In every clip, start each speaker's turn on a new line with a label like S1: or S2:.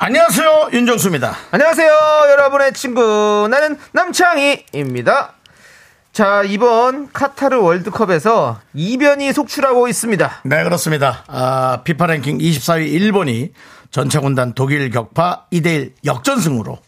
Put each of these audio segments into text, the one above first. S1: 안녕하세요 윤정수입니다.
S2: 안녕하세요, 여러분의 친구. 나는 남창희입니다. 자, 이번 카타르 월드컵에서 이변이 속출하고 있습니다.
S1: 네 그렇습니다. 아, 피파 랭킹 24위 일본이 전차군단 독일 격파 2대1 역전승으로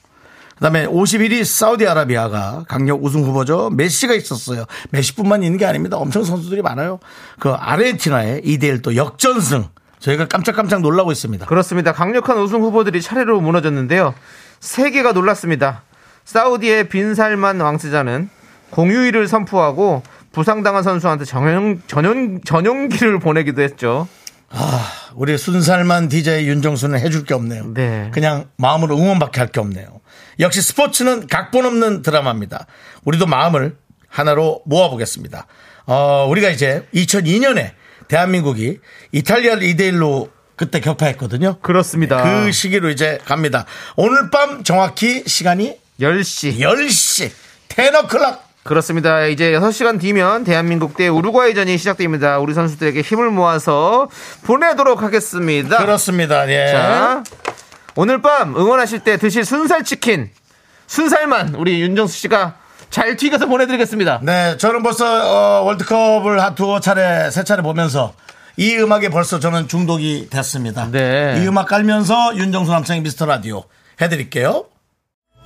S1: 그다음에 51위 사우디아라비아가 강력 우승 후보죠 메시가 있었어요. 메시뿐만 있는 게 아닙니다. 엄청 선수들이 많아요. 그 아르헨티나의 2대1 또 역전승 저희가 깜짝깜짝 놀라고 있습니다.
S2: 그렇습니다. 강력한 우승 후보들이 차례로 무너졌는데요. 세계가 놀랐습니다. 사우디의 빈살만 왕세자는 공휴일을 선포하고 부상당한 선수한테 전용, 전용, 전용기를 보내기도 했죠.
S1: 우리 순살만 DJ 윤정수는 해줄 게 없네요.
S2: 네.
S1: 그냥 마음으로 응원밖에 할 게 없네요. 역시 스포츠는 각본 없는 드라마입니다. 우리도 마음을 하나로 모아보겠습니다. 어, 우리가 이제 2002년에 대한민국이 이탈리아를 2대1로 그때 격파했거든요.
S2: 그렇습니다.
S1: 그 시기로 이제 갑니다. 오늘 밤 정확히 시간이
S2: 10시.
S1: 10시, 테너클락.
S2: 그렇습니다. 이제 6시간 뒤면 대한민국 대 우루과이전이 시작됩니다. 우리 선수들에게 힘을 모아서 보내도록 하겠습니다.
S1: 그렇습니다. 예.
S2: 자, 오늘 밤 응원하실 때 드실 순살 치킨, 순살만 우리 윤정수 씨가 잘 튀겨서 보내드리겠습니다.
S1: 네, 저는 벌써 어, 월드컵을 한 두어 차례, 세 차례 보면서 이 음악에 벌써 저는 중독이 됐습니다.
S2: 네.
S1: 이 음악 깔면서 윤정수 남창의 미스터 라디오 해드릴게요.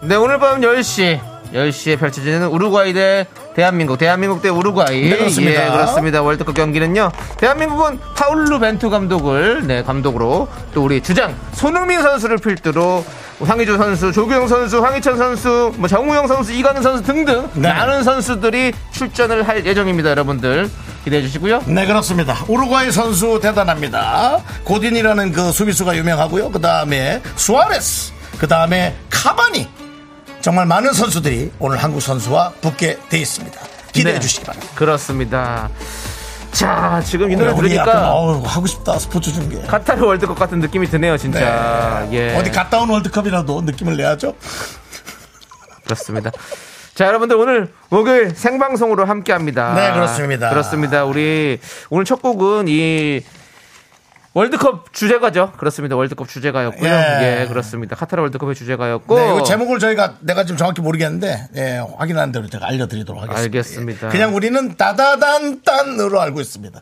S2: 네, 오늘 밤 10시. 10시에 펼쳐지는 우루과이 대 대한민국, 대한민국 대 우루과이.
S1: 네, 그렇습니다.
S2: 예, 그렇습니다. 월드컵 경기는요. 대한민국은 파울루 벤투 감독을 네, 감독으로 또 우리 주장 손흥민 선수를 필두로 황의조 선수, 조규영 선수, 황희찬 선수, 뭐 정우영 선수, 이관우 선수 등등
S1: 네.
S2: 많은 선수들이 출전을 할 예정입니다, 여러분들. 기대해 주시고요.
S1: 네, 그렇습니다. 우루과이 선수 대단합니다. 고딘이라는 그 수비수가 유명하고요. 그 다음에 수아레스, 그 다음에 카바니. 정말 많은 선수들이 오늘 한국 선수와 붙게 돼 있습니다. 기대해
S2: 네.
S1: 주시기 바랍니다.
S2: 그렇습니다. 자, 지금 이
S1: 오늘
S2: 노래
S1: 우리 뭐 약간,
S2: 들으니까
S1: 어우, 하고 싶다. 스포츠 중계.
S2: 카타르 월드컵 같은 느낌이 드네요, 진짜. 예.
S1: 어디 갔다 온 월드컵이라도 느낌을 내야죠.
S2: 그렇습니다. 자, 여러분들 오늘 목요일 생방송으로 함께 합니다.
S1: 네, 그렇습니다.
S2: 그렇습니다. 우리 오늘 첫 곡은 이 월드컵 주제가죠. 그렇습니다. 월드컵 주제가였고요.
S1: 예.
S2: 예, 그렇습니다. 카타르 월드컵의 주제가였고.
S1: 네, 이거 제목을 저희가 내가 지금 정확히 모르겠는데 예, 확인한 대로 제가 알려드리도록 하겠습니다.
S2: 알겠습니다.
S1: 예. 그냥 우리는 따다단단으로 알고 있습니다.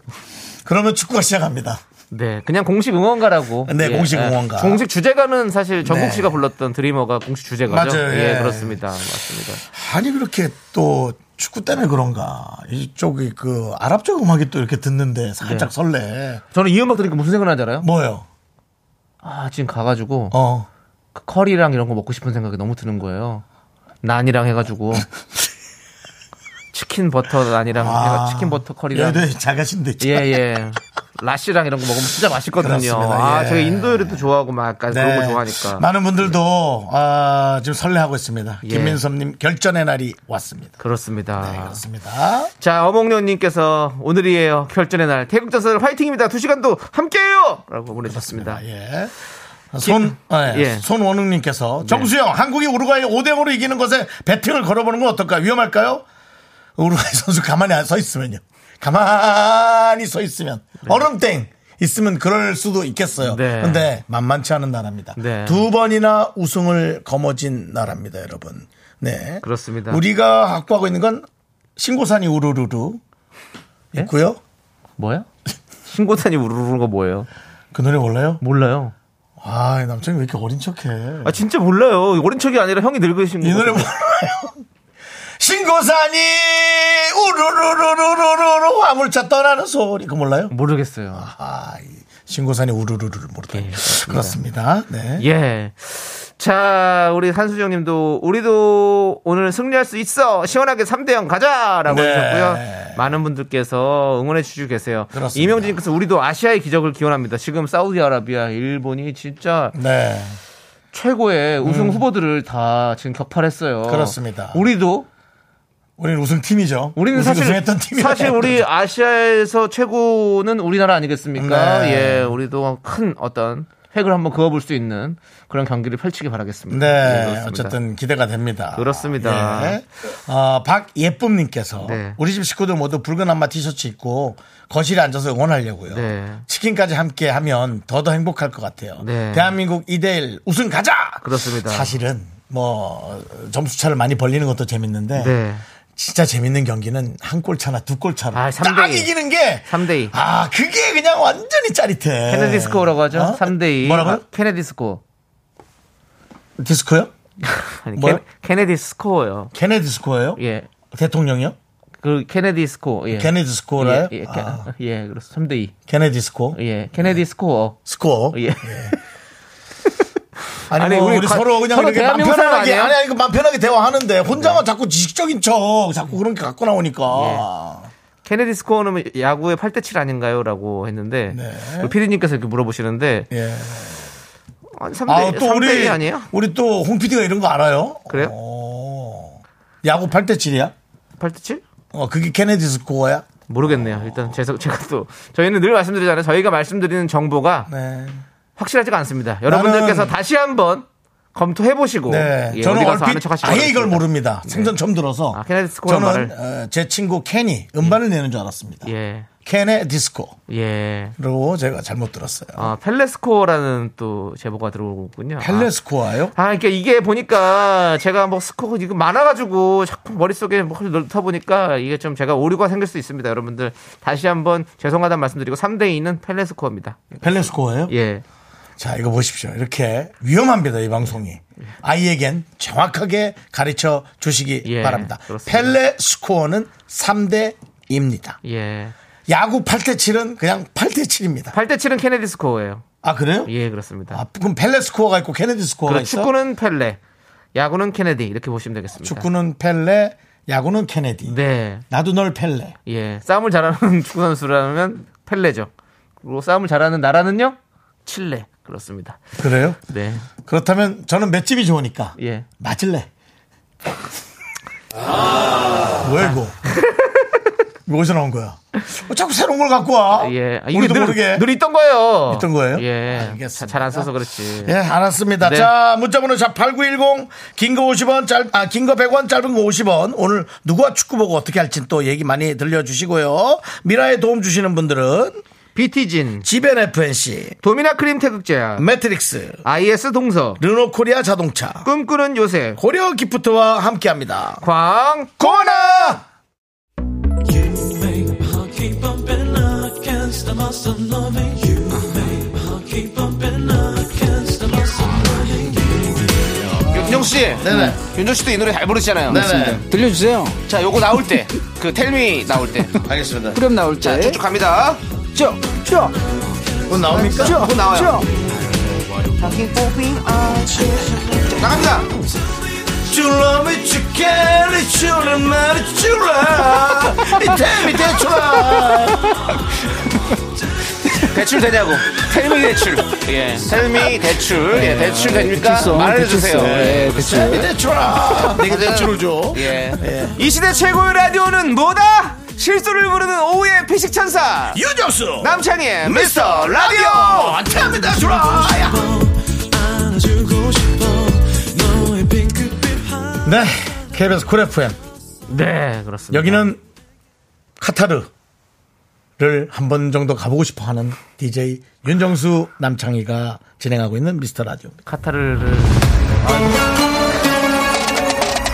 S1: 그러면 축구가 시작합니다.
S2: 네, 그냥 공식 응원가라고. 예,
S1: 네, 공식 응원가.
S2: 공식 주제가는 사실 정국
S1: 네.
S2: 씨가 불렀던 드리머가 공식 주제가죠.
S1: 맞아요,
S2: 예,
S1: 예.
S2: 그렇습니다. 맞습니다.
S1: 아니 그렇게 또 축구 때문에 그런가 이쪽이 그 아랍 쪽 음악이 또 이렇게 듣는데 살짝 설레.
S2: 저는 이 음악 들으니까 무슨 생각나지 알아요?
S1: 뭐요?
S2: 아 지금 가가지고
S1: 어.
S2: 그 커리랑 이런 거 먹고 싶은 생각이 너무 드는 거예요. 난이랑 해가지고 치킨 버터 난이랑
S1: 아.
S2: 해가 치킨 버터 커리랑
S1: 여도 예, 네, 자가신데.
S2: 예예 라시랑 이런 거 먹으면 진짜 맛있거든요.
S1: 그렇습니다.
S2: 아
S1: 예.
S2: 제가 인도 요리도 좋아하고 막 약간 그런 거 좋아하니까
S1: 네. 많은 분들도 아, 지금 설레하고 있습니다.
S2: 예.
S1: 김민섭님 결전의 날이 왔습니다.
S2: 그렇습니다.
S1: 네, 아. 그렇습니다.
S2: 자 어몽룡님께서 오늘이에요 결전의 날 태국전선 화이팅입니다. 두 시간도 함께해요라고 보내주셨습니다.
S1: 예. 손, 예. 네.
S2: 예.
S1: 손원웅님께서 정수영 한국이 우루과이 5대5로 이기는 것에 배팅을 걸어보는 건 어떨까? 위험할까요? 우루과이 선수 가만히 안 서 있으면요. 가만히 서 있으면 얼음땡 있으면 그럴 수도 있겠어요.
S2: 네.
S1: 근데 만만치 않은 나라입니다.
S2: 네.
S1: 두 번이나 우승을 거머쥔 나라입니다, 여러분. 네.
S2: 그렇습니다.
S1: 우리가 확보하고 있는 건 신고산이 우르르르 있고요.
S2: 뭐야? 신고탄이 우르르는 거 뭐예요?
S1: 그 노래 몰라요?
S2: 몰라요.
S1: 아, 남편이 왜 이렇게 어린 척해?
S2: 아 진짜 몰라요. 어린 척이 아니라 형이 늙으신 거.
S1: 이 노래 몰라요? 신고산이 우르르르르르르 화물차 떠나는 소리 그거 몰라요?
S2: 음. 모르겠어요.
S1: 아, 이 신고산이 우르르르를 모르다. 그렇습니다. 네.
S2: 예. 자, 우리 한수정 님도 우리도 오늘 승리할 수 있어. 시원하게 3대 0 가자라고
S1: 네.
S2: 하셨고요. 많은 분들께서 응원해 주시고 계세요.
S1: 그렇습니다.
S2: 이명진 님께서 우리도 아시아의 기적을 기원합니다. 지금 사우디아라비아, 일본이 진짜
S1: 네.
S2: 최고의 우승 후보들을 다 지금 격파했어요.
S1: 그렇습니다.
S2: 우리도
S1: 우리는 우승팀이죠.
S2: 우리는
S1: 우승,
S2: 사실
S1: 우승했던 팀이라.
S2: 사실 우리 아시아에서 최고는 우리나라 아니겠습니까?
S1: 네.
S2: 예, 우리도 큰 어떤 획을 한번 그어볼 수 있는 그런 경기를 펼치기 바라겠습니다. 예,
S1: 네,
S2: 그렇습니다.
S1: 어쨌든 기대가 됩니다.
S2: 그렇습니다.
S1: 예. 어, 박예쁨님께서
S2: 네.
S1: 우리 집 식구들 모두 붉은 안마 티셔츠 입고 거실에 앉아서 응원하려고요.
S2: 네.
S1: 치킨까지 함께 하면 더더 행복할 것 같아요.
S2: 네.
S1: 대한민국 2대1 우승 가자!
S2: 그렇습니다.
S1: 사실은 뭐 점수차를 많이 벌리는 것도 재밌는데
S2: 네.
S1: 진짜 재밌는 경기는 한 골 차나 두 골 차로
S2: 아, 삼대이.
S1: 딱 이기는 게
S2: 삼대이.
S1: 아, 그게 그냥 완전히 짜릿해.
S2: 케네디 스코어라고 하죠.
S1: 어?
S2: 3대2. 아,
S1: 뭐라고요?
S2: 케네디 스코어.
S1: 디스코요?
S2: 아니,
S1: 뭐요?
S2: 케- 케네디 스코어요.
S1: 케네디 스코어요?
S2: 예.
S1: 대통령이요?
S2: 그 케네디 스코어. 예.
S1: 케네디 스코어라요?
S2: 예, 예, 케-
S1: 아,
S2: 예, 그렇습니다. 3대2.
S1: 케네디 스코어?
S2: 예. 케네디 스코어.
S1: 스코어?
S2: 예.
S1: 아니,
S2: 아니,
S1: 뭐 우리,
S2: 우리 가-
S1: 서로 그냥
S2: 서로
S1: 이렇게 맘
S2: 대한민국 사람
S1: 편하게,
S2: 아니에요? 예.
S1: 아니, 이거 맘 편하게 대화하는데 혼자만 자꾸 지식적인 척, 자꾸 그런 게 갖고 나오니까.
S2: 케네디 스코어는 야구의 8대7 아닌가요? 라고 했는데.
S1: 네.
S2: 우리 피디님께서 이렇게 물어보시는데.
S1: 예.
S2: 아니, 3대,
S1: 아, 또 우리,
S2: 3대2 아니에요?
S1: 우리 또 홍피디가 이런 거 알아요?
S2: 그래요?
S1: 어. 야구 8대 7이야?
S2: 8대7?
S1: 어, 그게 케네디 스코어야?
S2: 모르겠네요. 일단 제가, 제가 또 저희는 늘 말씀드리잖아요. 저희가 말씀드리는 정보가
S1: 네.
S2: 확실하지가 않습니다. 여러분들께서 다시 한번 검토해 보시고
S1: 네.
S2: 예,
S1: 저는
S2: 어디 가서 아는
S1: 얼핏
S2: 척 하시면
S1: 아예 이걸 모릅니다. 생전 처음 들어서.
S2: 아, 케네디 스코어
S1: 저는
S2: 말을.
S1: 어, 제 친구 케니 음반을 내는 줄 알았습니다.
S2: 예.
S1: 케네디 스코어.
S2: 예.
S1: 라고 제가 잘못 들었어요.
S2: 아, 펠레스코어라는 또 제보가 들어오군요.
S1: 펠레스코아요?
S2: 아, 그러니까 이게 보니까 제가 뭐 스코어 이거 많아가지고 자꾸 머릿속에 뭘 넣다 보니까 이게 좀 제가 오류가 생길 수 있습니다. 여러분들 다시 한번 죄송하다는 말씀드리고 3대2는 아, 펠레스코어입니다.
S1: 펠레스코어예요?
S2: 예.
S1: 자, 이거 보십시오. 이렇게 위험합니다, 이 방송이. 아이에겐 정확하게 가르쳐 주시기
S2: 예,
S1: 바랍니다.
S2: 그렇습니다.
S1: 펠레 스코어는 3대 2입니다.
S2: 예.
S1: 야구 8대 7은 그냥 8대 7입니다.
S2: 8대7은 케네디 스코어예요.
S1: 아, 그래요?
S2: 예, 그렇습니다.
S1: 아, 그럼 펠레 스코어가 있고 케네디 스코어가
S2: 그럼
S1: 있어
S2: 축구는 펠레, 야구는 케네디 이렇게 보시면 되겠습니다.
S1: 축구는 펠레, 야구는 케네디.
S2: 네,
S1: 나도 널 펠레.
S2: 예, 싸움을 잘하는 축구 선수라면 펠레죠. 그리고 싸움을 잘하는 나라는요, 칠레 그렇습니다.
S1: 그래요?
S2: 네,
S1: 그렇다면 저는 맷집이 좋으니까
S2: 예,
S1: 맞을래. 뭐야 아. 이거? 이거 어디서 나온 거야? 어, 자꾸 새로운 걸 갖고 와.
S2: 예, 아, 이게
S1: 우리도
S2: 늘,
S1: 어? 모르게.
S2: 늘 있던 거예요.
S1: 있던 거예요?
S2: 예,
S1: 알겠습니다.
S2: 잘 안 써서 그렇지.
S1: 예, 알았습니다.
S2: 네.
S1: 자, 문자번호 샵8910, 긴 거 50원, 짧, 아, 긴 거 100원, 짧은 거 50원. 오늘 누구와 축구 보고 어떻게 할지 또 얘기 많이 들려주시고요. 미라에 도움 주시는 분들은
S2: 비티진,
S1: 지벤 FNC,
S2: 도미나 크림 태극제야,
S1: 매트릭스,
S2: IS 동서,
S1: 르노 코리아 자동차,
S2: 꿈꾸는 요새,
S1: 고려 기프트와 함께 합니다.
S2: 광.
S1: 고나!
S2: 윤정 씨,
S1: 네네.
S2: 윤정 씨도 이 노래 잘 부르시잖아요.
S1: 네네.
S3: 들려주세요.
S2: 자, 요거 나올 때, 그 텔미 나올 때,
S1: 알겠습니다.
S3: 그럼 나올 때.
S2: 쭉쭉 갑니다.
S3: 쭉, 쭉,
S1: 곧 나옵니까?
S2: 곧 나와요. 나갑니다.
S1: You love me, you care, you love me, you love. 이 템이 대출아.
S2: 대출 되냐고. 텔미 대출. 예. 텔미 대출. 예. 대출 됩니까?
S3: 대출성,
S2: 말해주세요.
S3: 대출성.
S2: 예.
S3: 예,
S1: 이 대출아. 내게 대출을 줘.
S2: 예. 이 시대 최고의 라디오는 뭐다? 실수를 부르는 오후의 피식천사.
S1: 유정수.
S2: 남창희의
S1: 미스터 라디오 템이 대출아. 네. KBS 쿨 FM
S2: 네, 그렇습니다.
S1: 여기는 카타르를 한 번 정도 가보고 싶어 하는 DJ 윤정수 남창희가 진행하고 있는 미스터 라디오입니다.
S2: 카타르를.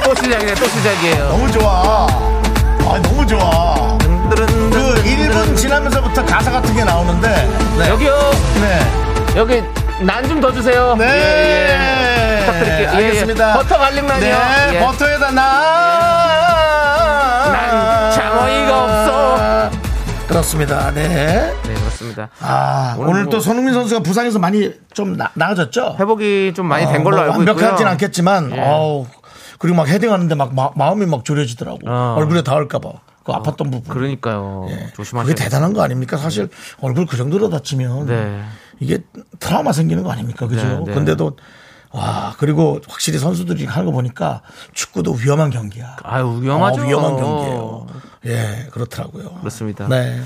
S2: 또 시작이네, 또 시작이에요.
S1: 너무 좋아. 아, 너무 좋아. 그 1분 지나면서부터 가사 같은 게 나오는데. 네.
S2: 여기요.
S1: 네.
S2: 여기 난 좀 더 주세요.
S1: 네.
S2: 예, 예. 부탁드릴게요. 예, 예.
S1: 알겠습니다.
S2: 버터 갈릭란이요.
S1: 네.
S2: 예.
S1: 버터에다 나.
S2: 난 장어이가
S1: 없어. 그렇습니다. 네.
S2: 네, 그렇습니다.
S1: 아, 오늘,
S2: 뭐-
S1: 또 손흥민 선수가 부상에서 많이 좀 나, 나아졌죠?
S2: 회복이 좀 많이 된
S1: 어,
S2: 걸로
S1: 뭐
S2: 알고 있고요. 예.
S1: 완벽하진 않겠지만, 어우, 그리고 막 헤딩하는데 막 마, 음이막 졸여지더라고.
S2: 어.
S1: 얼굴에 닿을까봐. 그 아팠던 부분.
S2: 그러니까요.
S1: 예. 그게
S2: 조심하세요.
S1: 대단한 거 아닙니까? 사실 얼굴 그 정도로 다치면
S2: 네.
S1: 이게 트라우마 생기는 거 아닙니까? 그죠?
S2: 네, 네.
S1: 근데도 와, 그리고 확실히 선수들이 하는 거 보니까 축구도 위험한 경기야.
S2: 아유, 위험하죠. 네.
S1: 어, 위험한 경기예요. 예, 그렇더라고요.
S2: 그렇습니다.
S1: 네.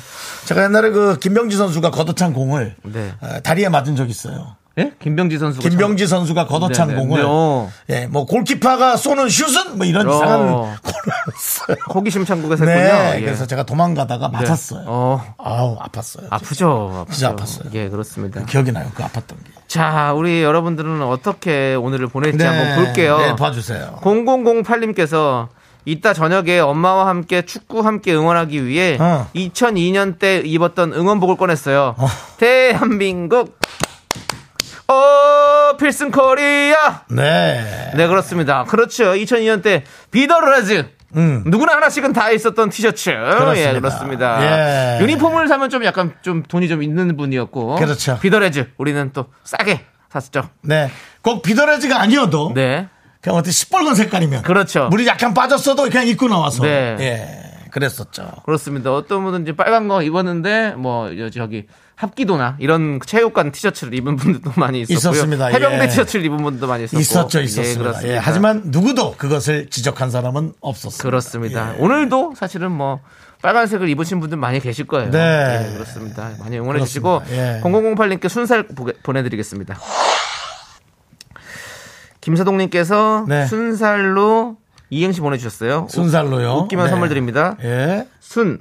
S1: 제가 옛날에 그 김병지 선수가 걷어찬 공을
S2: 네.
S1: 어, 다리에 맞은 적 있어요.
S2: 예? 김병지 선수가
S1: 김병지 선수가 걷어찬
S2: 네네.
S1: 공을
S2: 네, 어.
S1: 예, 뭐 골키퍼가 쏘는 슛은 뭐 이런
S2: 어.
S1: 이상한 골을 했어요.
S2: 참 호기심 천국에 서
S1: 네,
S2: 했군요. 예.
S1: 그래서 제가 도망가다가
S2: 네.
S1: 맞았어요.
S2: 어.
S1: 아우 아팠어요.
S2: 아프죠. 아프죠.
S1: 진짜 아팠어요.
S2: 예, 그렇습니다.
S1: 기억이 나요. 그 아팠던 게.
S2: 자, 우리 여러분들은 어떻게 오늘을 보낼지 한번 볼게요.
S1: 네, 봐주세요.
S2: 0008님께서 이따 저녁에 엄마와 함께 축구 함께 응원하기 위해
S1: 어.
S2: 2002년 때 입었던 응원복을 꺼냈어요.
S1: 어.
S2: 대한민국 어 필승 코리아.
S1: 네.
S2: 네 그렇습니다. 그렇죠. 2002년 때 비더러즈
S1: 음.
S2: 누구나 하나씩은 다 있었던 티셔츠. 예, 그렇습니다.
S1: 예.
S2: 유니폼을 사면 좀 약간 좀 돈이 좀 있는 분이었고.
S1: 그렇죠.
S2: 비더레즈 우리는 또 싸게 샀죠.
S1: 네. 꼭 비더레즈가 아니어도
S2: 네.
S1: 그냥 어떤 시뻘건 색깔이면
S2: 그렇죠.
S1: 물이 약간 빠졌어도 그냥 입고 나와서
S2: 네.
S1: 예. 그랬었죠.
S2: 그렇습니다. 어떤 분은 이제 빨간 거 입었는데 뭐 여- 저기 합기도나 이런 체육관 티셔츠를 입은 분들도 많이 있었고요.
S1: 있었습니다.
S2: 해병대
S1: 예.
S2: 티셔츠를 입은 분도 많이 있었고.
S1: 있었죠,
S2: 예,
S1: 있었습니다.
S2: 그렇습니다.
S1: 예, 하지만 누구도 그것을 지적한 사람은 없었습니다.
S2: 그렇습니다.
S1: 예.
S2: 오늘도 사실은 뭐 빨간색을 입으신 분들 많이 계실 거예요.
S1: 네.
S2: 예, 그렇습니다. 많이 응원해
S1: 그렇습니다.
S2: 주시고
S1: 예.
S2: 0008님께 순살 보게- 보내드리겠습니다. 김사동님께서
S1: 네.
S2: 순살로 이행시 보내주셨어요.
S1: 순살로요.
S2: 웃기면
S1: 네.
S2: 선물 드립니다.
S1: 예.
S2: 순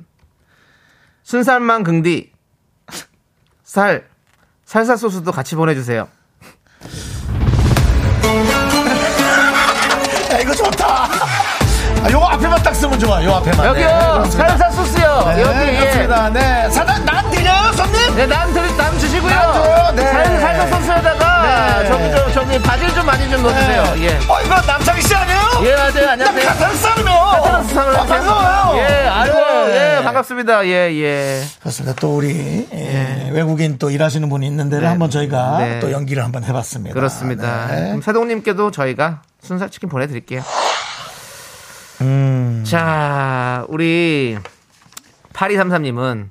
S2: 순살만 긍디 살 살사 소스도 같이 보내주세요.
S1: 야, 이거 좋다. 아, 요 앞에만 딱 쓰면 좋아. 요 앞에만.
S2: 여기요
S1: 네, 그렇습니다.
S2: 살사 소스요.
S1: 네,
S2: 여기 예.
S1: 그렇습니다. 네. 사장, 난 드려요, 손님?
S2: 네, 남 드리 남 주시고요.
S1: 남 줘요? 네.
S2: 살 살사 소스에다가
S1: 네.
S2: 저기 저 저기 바질 좀 많이 좀 넣어주세요.
S1: 네.
S2: 예.
S1: 어, 이거 남창희 씨 아니에요?
S2: 예 맞아요 안녕하세요.
S1: 카타르 사람이요.
S2: 카타르스 사람을
S1: 아, 반가워요.
S2: 예, 아유,
S1: 네.
S2: 예, 반갑습니다. 예, 예.
S1: 그렇습니다. 또 우리 예, 외국인 또 일하시는 분이 있는데를 한번 저희가
S2: 네.
S1: 또 연기를 한번 해봤습니다.
S2: 그렇습니다.
S1: 네.
S2: 그럼 사동님께도 저희가 순살치킨 보내드릴게요.
S1: 음.
S2: 자, 우리 8233님은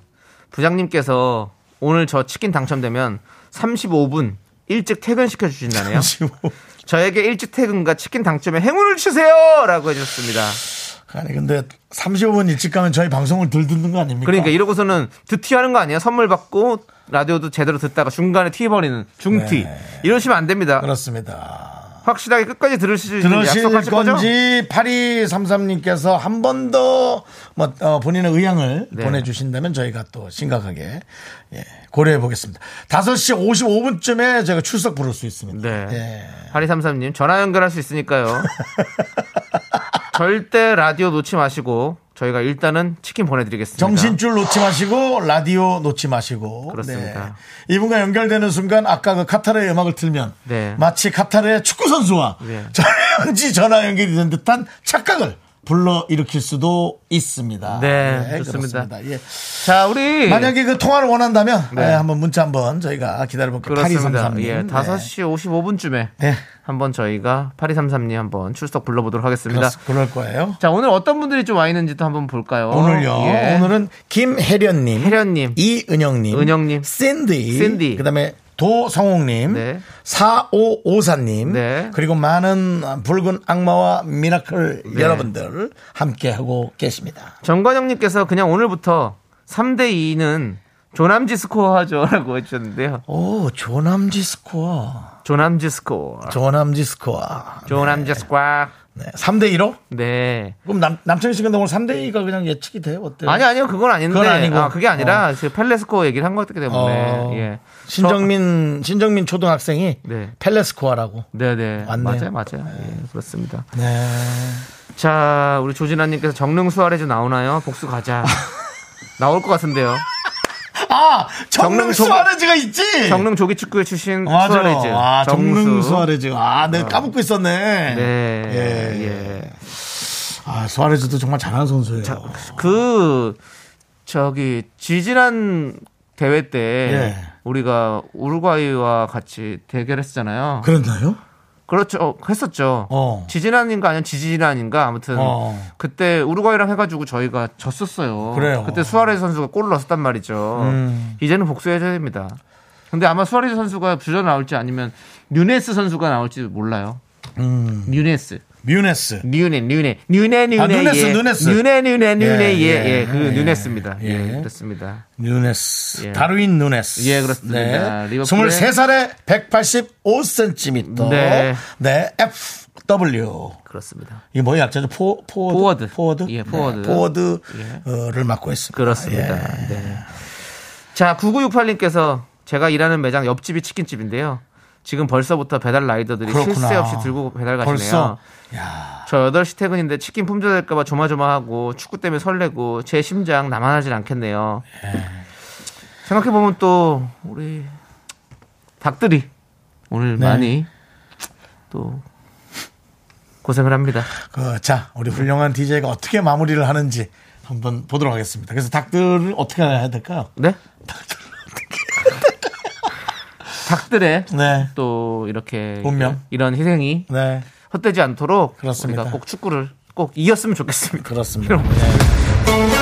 S2: 부장님께서 오늘 저 치킨 당첨되면 35분 일찍 퇴근시켜 주신다네요. 저에게 일찍 퇴근과 치킨 당첨에 행운을 주세요! 라고 해주셨습니다.
S1: 아니 근데 35분 일찍 가면 저희 방송을 덜 듣는 거 아닙니까?
S2: 그러니까 이러고서는 드티 하는 거 아니에요? 선물 받고 라디오도 제대로 듣다가 중간에 튀 버리는 중티.
S1: 네.
S2: 이러시면 안 됩니다.
S1: 그렇습니다.
S2: 확실하게 끝까지 들으실
S1: 들으실
S2: 약속하실 거죠?
S1: 예, 건지 8233님께서 한 번 더 뭐, 어, 본인의 의향을
S2: 네.
S1: 보내주신다면 저희가 또 심각하게 예, 고려해 보겠습니다. 5시 55분쯤에 제가 출석 부를 수 있습니다.
S2: 네.
S1: 예.
S2: 하리삼삼님 전화 연결할 수 있으니까요. 절대 라디오 놓지 마시고 저희가 일단은 치킨 보내드리겠습니다.
S1: 정신줄 놓지 마시고 라디오 놓지 마시고
S2: 그렇습니다.
S1: 네. 이분과 연결되는 순간 아까 그 카타르의 음악을 틀면
S2: 네.
S1: 마치 카타르의 축구 선수와
S2: 네.
S1: 전지 전화 연결이 된 듯한 착각을 불러 일으킬 수도 있습니다.
S2: 네, 좋습니다.
S1: 그렇습니다. 예.
S2: 자 우리
S1: 만약에 그 통화를 원한다면
S2: 네.
S1: 예, 한번 문자 한번 저희가 기다려볼게요.
S2: 그렇습니다.
S1: 8233님.
S2: 예,
S1: 네.
S2: 5시 55분쯤에
S1: 네.
S2: 한번 저희가 8233님 한번 출석 불러보도록 하겠습니다.
S1: 그렇- 그럴 거예요.
S2: 자 오늘 어떤 분들이 좀 와 있는지도 한번 볼까요?
S1: 오늘요.
S2: 예.
S1: 오늘은 김혜련님,
S2: 혜련님.
S1: 이은영님,
S2: 은영님.
S1: 샌디,
S2: 샌디.
S1: 그다음에 도성욱님,
S2: 네.
S1: 4554님,
S2: 네.
S1: 그리고 많은 붉은 악마와 미라클
S2: 네.
S1: 여러분들 함께 하고 계십니다.
S2: 정관영님께서 그냥 오늘부터 3대 2는 조남지 스코어 하죠라고 해주셨는데요.
S1: 오, 조남지 스코어,
S2: 조남지 스코어.
S1: 조남지 스코어,
S2: 조남지 스코어.
S1: 아, 네. 3대 2로?
S2: 네.
S1: 그럼 남, 남창희 씨 근데 오늘 3대 2가 그냥 예측이 돼요? 어때요?
S2: 아니 아니요 그건 아닌데
S1: 네. 그건 아니고.
S2: 아, 그게 아니라 지금 펠레스코 얘기를 한 거기 때문에
S1: 어,
S2: 예.
S1: 신정민 신정민 초등학생이
S2: 네.
S1: 펠레스코어라고.
S2: 네네
S1: 왔네요.
S2: 맞아요 맞아요 예, 그렇습니다
S1: 네.
S2: 자 우리 조진아님께서 정릉 수아레즈 나오나요 복수 가자 나올 것 같은데요
S1: 아 정릉
S2: 정릉 조-
S1: 수아레즈가 있지.
S2: 정릉 조기 축구에 출신
S1: 예. 맞아.
S2: 수아레즈
S1: 아, 정릉
S2: 정수.
S1: 수아레즈. 아, 내가 까먹고 있었네.
S2: 네
S1: 예.
S2: 예.
S1: 아, 수아레즈도 정말 잘하는 선수예요.
S2: 그 저기 지지난 대회 때
S1: 예.
S2: 우리가 우루과이와 같이 대결했잖아요.
S1: 그랬나요?
S2: 그렇죠. 했었죠.
S1: 어.
S2: 지지난인가 아니면 지지난인가 아무튼
S1: 어.
S2: 그때 우루과이랑 해가지고 저희가 졌었어요.
S1: 그래요. 음.
S2: 그때 수아레 선수가 골을 넣었단 말이죠. 이제는 복수해줘야 됩니다. 근데 아마 수아레스 선수가 주전 나올지 아니면 뉴네스 선수가 나올지 몰라요. 뉴네스.
S1: 뮤네스.
S2: 뉴네 뉴네 뉴네 뉴네
S1: 음. 아, 누네스,
S2: 예.
S1: 누네스.
S2: 뉴네 뉴네
S1: 예,
S2: 뉴네 예예
S1: 예,
S2: 그
S1: 예.
S2: 뉴네스입니다
S1: 예.
S2: 예. 그렇습니다
S1: 누네스.
S2: 예.
S1: 다루인 누네스.
S2: 예, 그렇습니다.
S1: 네.
S2: 리버풀의-
S1: 23살에 185cm.
S2: 네.
S1: 네. FW.
S2: 그렇습니다
S1: 이게 뭐의 약자죠? 포, 포워드.
S2: 포워드.
S1: 포워드.
S2: 예, 포워드. 예.
S1: 를 맡고 있습니다.
S2: 그렇습니다
S1: 예.
S2: 네. 자 9968님께서 제가 일하는 매장 옆집이 치킨집인데요 지금 벌써부터 배달 라이더들이
S1: 그렇구나.
S2: 실세 없이 들고 배달 가시네요
S1: 벌써.
S2: 저 8시 퇴근인데 치킨 품절될까봐 조마조마하고 축구 때문에 설레고 제 심장 나만하진 않겠네요
S1: 예.
S2: 생각해보면 또 우리 닭들이 오늘
S1: 네.
S2: 많이 또 고생을 합니다.
S1: 그, 자, 우리 훌륭한 DJ가 어떻게 마무리를 하는지 한번 보도록 하겠습니다. 그래서 닭들을 어떻게 해야 될까요?
S2: 네? 닭들의
S1: 네.
S2: 또 이렇게
S1: 운명.
S2: 이런 희생이
S1: 네.
S2: 헛되지 않도록
S1: 그렇습니다.
S2: 우리가 꼭 축구를 꼭 이겼으면 좋겠습니다.
S1: 그렇습니다.
S2: 이런-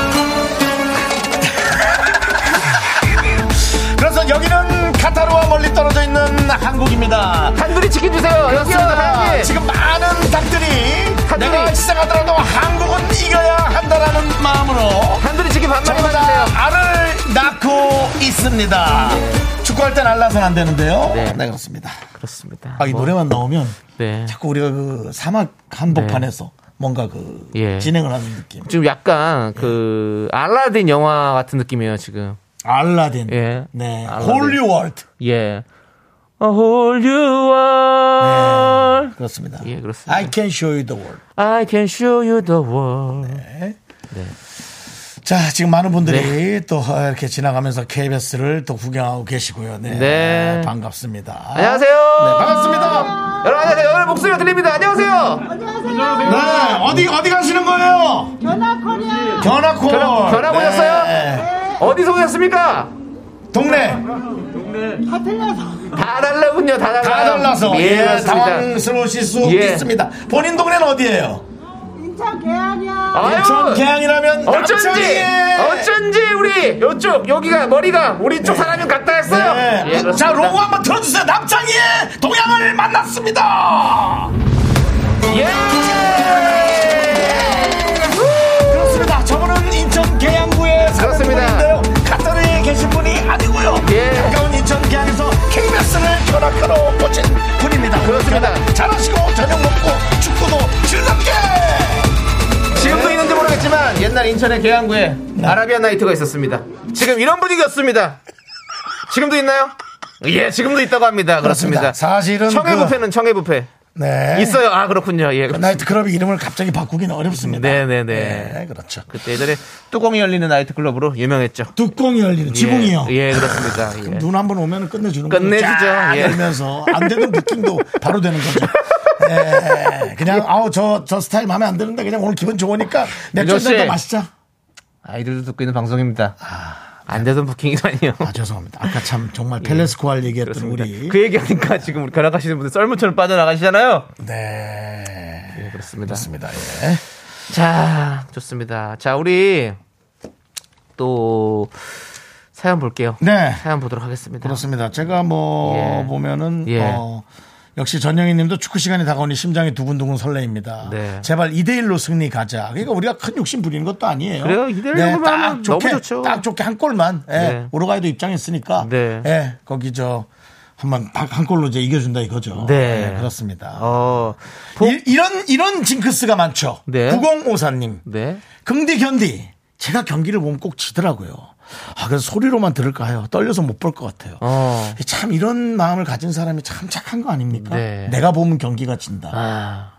S1: 그래서 여기는 카타르와 멀리 떨어져 있는 한국입니다.
S2: 단둘이 치킨 주세요. 여기요.
S1: 아,
S2: 사장님.
S1: 지금 많은 닭들이
S2: 닭들이.
S1: 내가 시작하더라도 한국은 이겨야 한다라는 마음으로
S2: 단둘이 치킨 반만
S1: 전부
S2: 해주세요.
S1: 다 알을 낳고 있습니다. 축구할 땐 알라서는 안 되는데요. 네,
S2: 네.
S1: 그렇습니다.
S2: 그렇습니다.
S1: 아, 이
S2: 뭐,
S1: 노래만 나오면
S2: 네.
S1: 자꾸 우리가 그 사막 한복판에서 뭔가 그
S2: 예.
S1: 진행을 하는 느낌.
S2: 지금 약간 그 알라딘 영화 같은 느낌이에요 지금.
S1: 알라딘.
S2: 예.
S1: 네.
S2: 알라딘.
S1: 홀리월드.
S2: 예. A whole new
S1: 네.
S2: world.
S1: 그렇습니다.
S2: 예, 그렇습니다.
S1: I can show you the world.
S2: I can show you the
S1: 네.
S2: world.
S1: 자, 지금 많은 분들이
S2: 네.
S1: 또 이렇게 지나가면서 KBS를 또 구경하고 계시고요. 네.
S2: 네.
S1: 반갑습니다.
S2: 안녕하세요.
S1: 네, 반갑습니다.
S2: 여러분 안녕하세요. 여러분 목소리가 들립니다. 안녕하세요.
S1: 네, 어디, 어디 가시는 거예요?
S3: 전화코리아
S1: 견학코.
S2: 견학- 견학 오셨어요? 어디서 오셨습니까?
S1: 네. 동네.
S3: 다 아, 틀려서
S2: 다 달라군요. 다 달라.
S1: 다 달라서.
S2: 예,
S1: 예,
S2: 그렇습니다.
S1: 당황스러우실 수
S2: 예.
S1: 있습니다. 본인 동네는 어디예요?
S3: 인천 개안이야
S2: 아유.
S1: 인천 개항이라면
S2: 어쩐지 어쩐지 우리 요쪽 여기가 머리가 우리 쪽 사람이 같다 했어요. 예,
S1: 네.
S2: 그렇습니다.
S1: 자, 로고 한번 틀어주세요. 남창희의 동양을 만났습니다.
S2: 예.
S1: 그렇습니다. 저분은 인천 계양구에 사는
S2: 그렇습니다.
S1: 분인데요. 카타르에 계신 분이 아니고요.
S2: 예.
S1: 가까운 인천 계양에서 KBS를 견학하러 오신 분입니다.
S2: 그렇습니다.
S1: 잘하시고 저녁 먹고 축구도 즐겁게.
S2: 지금도 있는지 모르겠지만 옛날 인천의 계양구에 아라비안 나이트가 있었습니다. 지금 이런 분위기였습니다. 지금도 있나요? 예, 지금도 있다고 합니다. 그렇습니다.
S1: 그렇습니다. 사실은 그-
S2: 청해부패는 청해부패
S1: 네.
S2: 있어요. 아 그렇군요. 예.
S1: 나이트클럽의 이름을 갑자기 바꾸기는 어렵습니다.
S2: 네네네.
S1: 네, 그렇죠.
S2: 그때 예전에 뚜껑이 열리는 나이트클럽으로 유명했죠.
S1: 뚜껑이 열리는 지붕이요.
S2: 예, 예, 그렇습니다. 예.
S1: 눈 한 번 오면 끝내주는
S2: 끝내주죠.
S1: 거죠. 쫙
S2: 예.
S1: 열면서 안 되는 느낌도 바로 되는 거죠. 예. 그냥 아우 저 저 스타일 마음에 안 드는데 그냥 오늘 기분 좋으니까 맥주
S2: 민호 씨.
S1: 한잔더 마시자.
S2: 아이들도 듣고 있는 방송입니다. 안 되던 부킹이라니요.
S1: 네. 아 죄송합니다. 아까 참 정말 펠레스코알 얘기했던
S2: 예. 그렇습니다.
S1: 우리
S2: 그 얘기하니까 지금 우리 가락하시는 분들 썰물처럼 빠져나가시잖아요.
S1: 네.
S2: 예, 그렇습니다.
S1: 그렇습니다. 예.
S2: 자, 좋습니다. 자, 우리 또 사연 볼게요.
S1: 네.
S2: 사연 보도록 하겠습니다.
S1: 그렇습니다. 제가 뭐
S2: 예.
S1: 보면은
S2: 예.
S1: 어, 역시 전영희님도 축구 시간이 다가오니 심장이 두근두근 설레입니다.
S2: 네.
S1: 제발 2대 1로 승리 가자. 그러니까 우리가 큰 욕심 부리는 것도 아니에요. 네,
S2: 그래요. 2대1 로만
S1: 딱
S2: 하면 너무
S1: 좋게
S2: 좋죠.
S1: 딱 좋게 한 골만 예,
S2: 네.
S1: 오르가이도 입장했으니까
S2: 네.
S1: 예, 거기 저 한번 딱 한 골로 이제 이겨준다 이거죠.
S2: 네.
S1: 예, 그렇습니다.
S2: 어, 보-
S1: 이, 런 이런 징크스가 많죠.
S2: 네.
S1: 9054님
S2: 네.
S1: 긍디 견디. 제가 경기를 보면 꼭 지더라고요. 아, 그래서 소리로만 들을까요? 떨려서 못 볼 것 같아요.
S2: 어.
S1: 참 이런 마음을 가진 사람이 참 착한 거 아닙니까?
S2: 네.
S1: 내가 보면 경기가 진다.
S2: 아,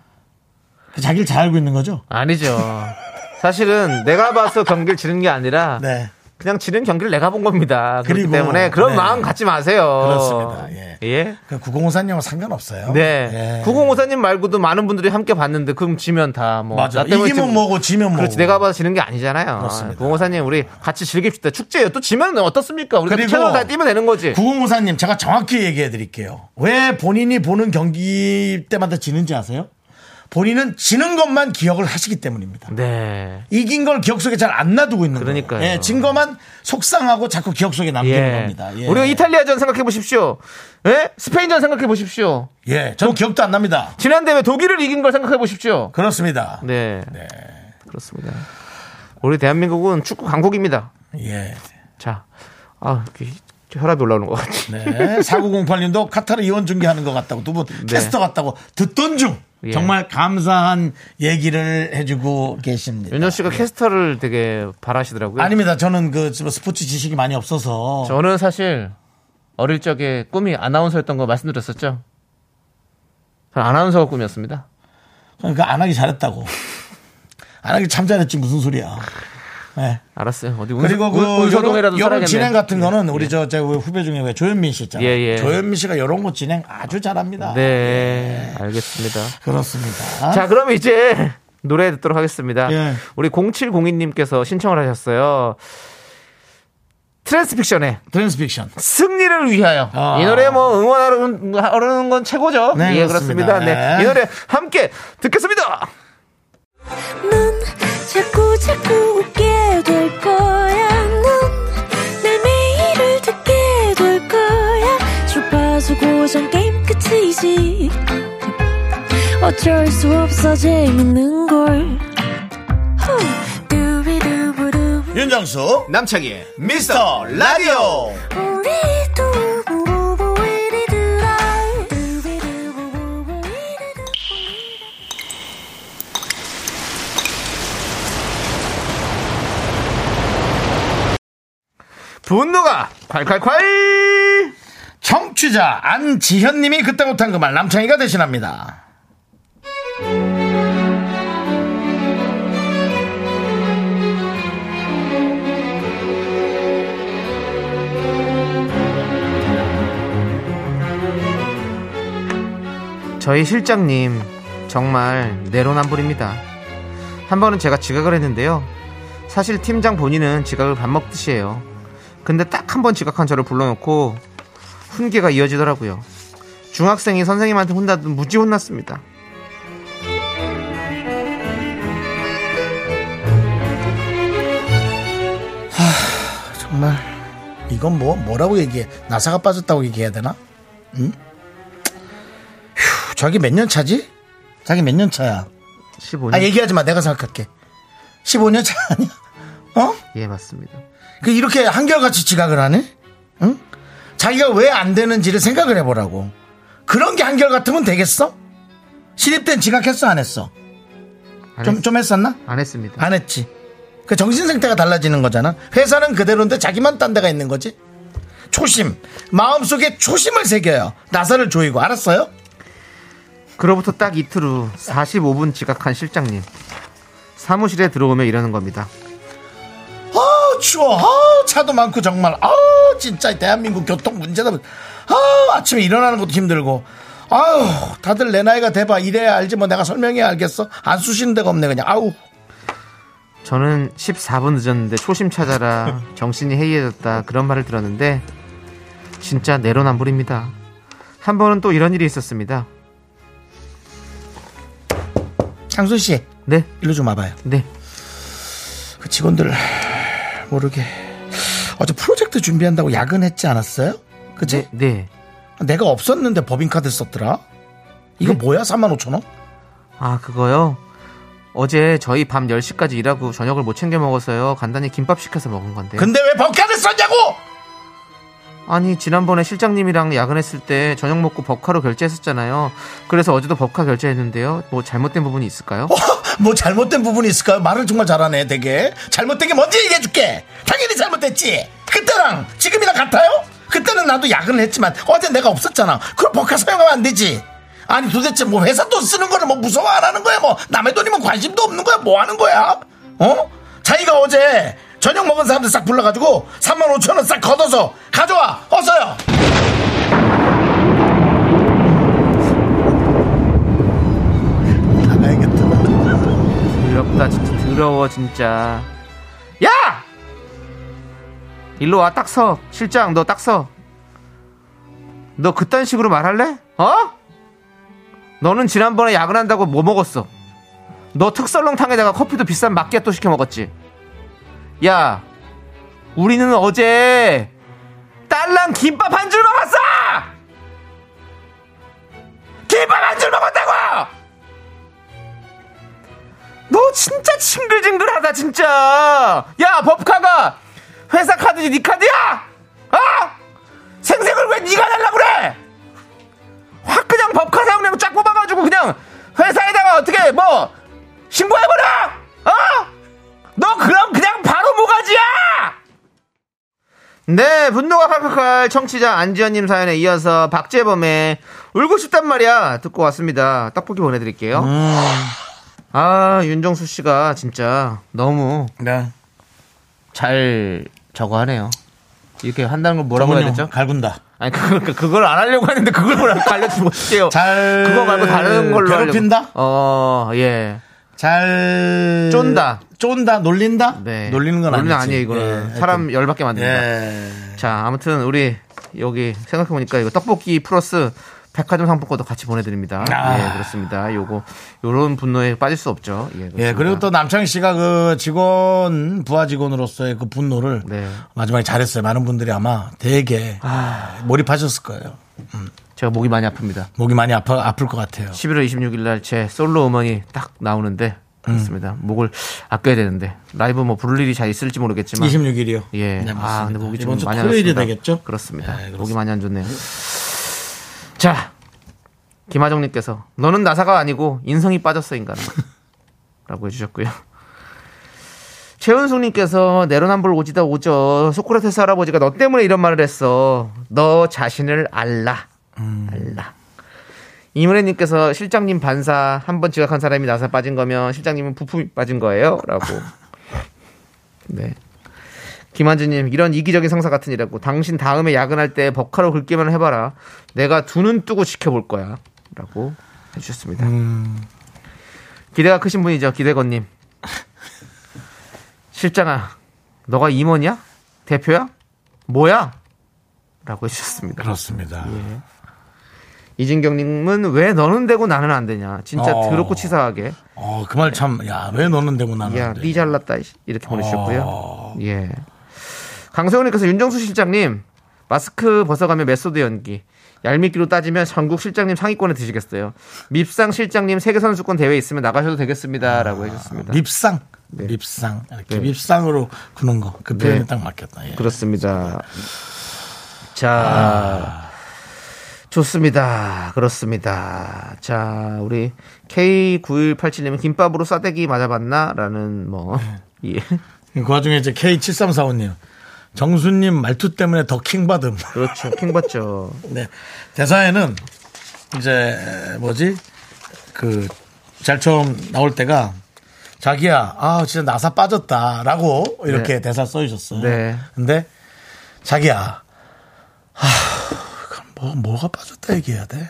S1: 그 자기를 잘 알고 있는 거죠?
S2: 아니죠. 사실은 내가 봐서 경기를 지는 게 아니라
S1: 네.
S2: 그냥 지는 경기를 내가 본 겁니다. 그렇기
S1: 그리고-
S2: 때문에 그런
S1: 네.
S2: 마음 갖지 마세요.
S1: 그렇습니다. 예.
S2: 예?
S1: 그 9054님은 상관없어요.
S2: 네.
S1: 예.
S2: 9054님 말고도 많은 분들이 함께 봤는데 그럼 지면 다 뭐.
S1: 맞아.
S2: 나 때문에
S1: 이기면
S2: 지금-
S1: 뭐고 지면 뭐고.
S2: 그렇지 내가 봐서 지는 게 아니잖아요.
S1: 그렇습니다.
S2: 공호사님 우리 같이 즐깁시다. 축제예요. 또 지면 어떻습니까? 우리가
S1: 그리고
S2: 최선을 다 뛰면 되는 거지.
S1: 9054님 제가 정확히 얘기해 드릴게요. 왜 본인이 보는 경기 때마다 지는지 아세요? 본인은 지는 것만 기억을 하시기 때문입니다.
S2: 네.
S1: 이긴 걸 기억 속에 잘 안 놔두고 있는 거예요.
S2: 그러니까요.
S1: 예, 진 것만 속상하고 자꾸 기억 속에 남기는
S2: 예.
S1: 겁니다. 예.
S2: 우리가 이탈리아전 생각해 보십시오. 예? 스페인전 생각해 보십시오.
S1: 예, 전 기억도 안 납니다.
S2: 지난 대회 독일을 이긴 걸 생각해 보십시오.
S1: 그렇습니다.
S2: 네. 그렇습니다. 우리 대한민국은 축구 강국입니다.
S1: 예.
S2: 자, 아, 이렇게 혈압이 올라오는 것 같아.
S1: 네. 4908님도 카타르 이원 중계하는 것 같다고 두 분 캐스터 같다고 듣던 중
S2: 네. 예.
S1: 정말 감사한 얘기를 해주고 계십니다.
S2: 윤정 씨가 캐스터를 되게 바라시더라고요.
S1: 네. 아닙니다. 저는 그 지금 스포츠 지식이 많이 없어서
S2: 저는 사실 어릴 적에 꿈이 아나운서였던 거 말씀드렸었죠. 저는 아나운서가 꿈이었습니다.
S1: 그러니까 안 하기 잘했다고. 안 하기 참 잘했지 무슨 소리야. 예.
S2: 알았어요. 어디 운-
S1: 그리고
S2: 운-
S1: 그
S2: 운소동이라도
S1: 여론, 여론
S2: 살아야겠네.
S1: 진행 같은 거는 우리 저 제 후배 중에 왜 조현민 씨 있잖아요.
S2: 예, 예.
S1: 조현민 씨가 여론 거 진행 아주 잘합니다. 예.
S2: 네, 알겠습니다.
S1: 그렇습니다.
S2: 자, 그럼 이제 노래 듣도록 하겠습니다.
S1: 예.
S2: 우리 0702님께서 신청을 하셨어요. 트랜스픽션의
S1: 트랜스픽션.
S2: 승리를 위하여
S1: 아.
S2: 이 노래 뭐 응원하는 건 최고죠.
S1: 네,
S2: 예,
S1: 그렇습니다.
S2: 그렇습니다. 네.
S1: 네.
S2: 이 노래 함께 듣겠습니다.
S4: 넌 자꾸 자꾸 웃게 될 거야. 넌내 매일을 듣게 될 거야. 주파수 고정 게임 끝이지. 어쩔 수 없어 재밌는 걸. 후. 두비두부두.
S1: 윤정수 남창희 미스터 라디오.
S4: 우리 두부부부 우리 두라. 두비두부부부 우리 두라.
S2: 분노가 콸콸콸!
S1: 청취자 안지현님이 그때 못한 그 말 남창희가 대신합니다.
S2: 저희 실장님 정말 내로남불입니다. 한 번은 제가 지각을 했는데요. 사실 팀장 본인은 지각을 밥 먹듯이 해요. 근데 딱 한 번 지각한 저를 불러놓고 훈계가 이어지더라고요. 중학생이 선생님한테 혼나도 무지 혼났습니다.
S1: 정말 이건 뭐 뭐라고 얘기해 나사가 빠졌다고 얘기해야 되나? 응? 휴, 자기 몇 년 차지? 자기 몇 년 차야?
S2: 15년.
S1: 아 얘기하지 마 내가 생각할게. 15년 차 아니야? 어?
S2: 예, 맞습니다.
S1: 그 이렇게 한결같이 지각을 하네? 응? 자기가 왜 안 되는지를 생각을 해보라고. 그런 게 한결 같으면 되겠어? 신입 땐 지각했어 안 했어?
S2: 안,
S1: 좀 아.
S2: 했,
S1: 좀 했었나?
S2: 습니다
S1: 안 했지. 그 정신 상태가 달라지는 거잖아. 회사는 그대로인데 자기만 딴 데가 있는 거지. 초심. 마음속에 초심을 새겨요. 나사를 조이고. 알았어요?
S2: 그로부터 딱 이틀 후 45분 지각한 실장님. 사무실에 들어오며 이러는 겁니다.
S1: 아, 추워. 아, 차도 많고 정말. 아, 진짜 대한민국 교통 문제다. 아, 아침에 일어나는 것도 힘들고. 아우, 다들 내 나이가 돼봐. 이래야 알지. 뭐 내가 설명해야 알겠어. 안 쑤시는 데가 없네, 그냥. 아우.
S2: 저는 14분 늦었는데 초심 찾아라 정신이 해이해졌다 그런 말을 들었는데 진짜 내로남불입니다 한 번은 또 이런 일이 있었습니다
S1: 장순 씨,
S2: 네
S1: 일로 좀 와봐요.
S2: 네.
S1: 그 직원들 모르게. 어제 프로젝트 준비한다고 야근했지 않았어요? 그치?
S2: 네.
S1: 내가 없었는데 법인카드 썼더라. 이거 뭐야? 3만 5천 원?
S2: 아 그거요 어제 저희 밤 10시까지 일하고 저녁을 못 챙겨 먹어서요 간단히 김밥 시켜서 먹은 건데 요
S1: 근데 왜 법카드 썼냐고?
S2: 아니 지난번에 실장님이랑 야근했을 때 저녁 먹고 법카로 결제했었잖아요 그래서 어제도 법카 결제했는데요 뭐 잘못된 부분이 있을까요?
S1: 어, 뭐 잘못된 부분이 있을까요? 말을 정말 잘하네, 되게. 잘못된 게 뭔지 얘기해줄게. 당연히 잘못됐지. 그때랑 지금이랑 같아요? 그때는 나도 야근을 했지만 어제 내가 없었잖아. 그럼 법카 사용하면 안 되지. 아니 도대체 뭐 회사 돈 쓰는 거를 뭐 무서워 안 하는 거야? 뭐 남의 돈이면 관심도 없는 거야? 뭐 하는 거야? 어? 자기가 어제 저녁 먹은 사람들 싹 불러가지고 3만 5천 원 싹 걷어서 가져와 어서요. 알겠다.
S2: 더럽다 진짜 더러워 진짜 야 일로 와 딱서 실장 너 딱서너 그딴 식으로 말할래 어 너는 지난번에 야근한다고 뭐 먹었어? 너 특설렁탕에다가 커피도 비싼 마끼아또 시켜 먹었지. 야, 우리는 어제 딸랑 김밥 한 줄 먹었어! 김밥 한 줄 먹었다고! 너 진짜 징글징글하다 진짜. 야, 법카가 회사 카드지 네 카드야? 아! 생색을 왜 네가 달라고 그래? 확 그냥 법카 사용료 쫙 뽑아가지고 그냥 회사에다가 어떻게 뭐 신고해버려! 어? 너 그럼 그냥 바로 모가지야! 네, 분노가 칼칼칼 청취자 안지현님 사연에 이어서 박재범의 울고 싶단 말이야 듣고 왔습니다. 떡볶이 보내드릴게요.
S1: 음.
S2: 아, 윤정수 씨가 진짜 너무
S1: 네.
S2: 잘 저거 하네요. 이렇게 한다는 걸 뭐라고 해야 되죠?
S1: 갈군다.
S2: 아니 그걸 그걸 안 하려고 하는데 그걸 뭐라고 알려주고 어요
S1: 잘
S2: 그거 말고 다른 걸로 하려고.
S1: 괴롭힌다?
S2: 어, 예.
S1: 잘
S2: 쫀다.
S1: 쫀다 놀린다.
S2: 네.
S1: 놀리는 건
S2: 놀리는
S1: 아니지.
S2: 아니에요, 이거는. 사람 열받게 만듭니다.
S1: 예.
S2: 자, 아무튼 우리 여기 생각해 보니까 이거 떡볶이 플러스 백화점 상품권도 같이 보내 드립니다.
S1: 아.
S2: 예, 그렇습니다. 요거 요런 분노에 빠질 수 없죠. 예. 그렇습니다.
S1: 예, 그리고 또 남창희 씨가 그 직원, 부하 직원으로서의 그 분노를
S2: 네.
S1: 마지막에 잘했어요. 많은 분들이 아마 되게 몰입하셨을 거예요.
S2: 제가 목이 많이 아픕니다.
S1: 목이 많이 아파, 아플 것 같아요.
S2: 11월 26일 날 제 솔로 음원이 딱 나오는데 그렇습니다. 목을 아껴야 되는데 라이브 뭐 부를 일이 잘 있을지 모르겠지만
S1: 26일이요. 네,
S2: 예. 아, 근데 목이 좀
S1: 이번 주
S2: 많이
S1: 토요일이
S2: 안 좋습니다.
S1: 되겠죠?
S2: 그렇습니다.
S1: 예,
S2: 목이 많이 안 좋네요. 자, 김하정님께서 너는 나사가 아니고 인성이 빠졌어 인간은.라고 해주셨고요. 최은숙님께서 내로남불 오지다 오죠. 소크라테스 할아버지가 너 때문에 이런 말을 했어. 너 자신을 알라. 알라. 이문혜님께서 실장님 반사 한 번 지각한 사람이 나사 빠진 거면 실장님은 부품이 빠진 거예요라고. 네. 김한주님 이런 이기적인 상사 같은 이라고 당신 다음에 야근할 때 버카로 긁기만 해봐라 내가 두 눈 뜨고 지켜볼 거야라고 해주셨습니다.
S1: 음.
S2: 기대가 크신 분이죠 기대건님. 실장아, 너가 임원이야? 대표야? 뭐야? 라고 해주셨습니다. 예.
S1: 그렇습니다.
S2: 이진경님은 왜 너는 되고 나는 안 되냐? 진짜
S1: 어.
S2: 더럽고 치사하게.
S1: 어, 그 말 참, 야, 왜 너는 되고 나는
S2: 야,
S1: 안 돼?
S2: 니 잘났다. 이씨. 이렇게
S1: 어.
S2: 보내주셨고요. 예. 강세훈님께서 윤정수 실장님, 마스크 벗어가며 메소드 연기. 얄밉기로 따지면 전국 실장님 상위권에 드시겠어요. 밉상 실장님 세계선수권 대회 있으면 나가셔도 되겠습니다. 라고 해주셨습니다.
S1: 밉상. 밉상. 이렇게 밉상으로 구는 거. 그 표현이
S2: 네.
S1: 딱 맞겠다. 예.
S2: 그렇습니다. 아. 자, 좋습니다. 그렇습니다. 자, 우리 K9187님은 김밥으로 싸대기 맞아봤나? 라는 뭐, 예.
S1: 그 와중에 이제 K7345님. 정수님 말투 때문에 더 킹받음.
S2: 그렇죠. 킹받죠.
S1: 네. 대사에는 이제 뭐지? 그, 잘 처음 나올 때가 자기야, 아, 진짜 나사 빠졌다라고 이렇게
S2: 네.
S1: 대사 써주셨어요.
S2: 네.
S1: 근데 자기야, 아, 그럼 뭐, 뭐가 빠졌다 얘기해야 돼?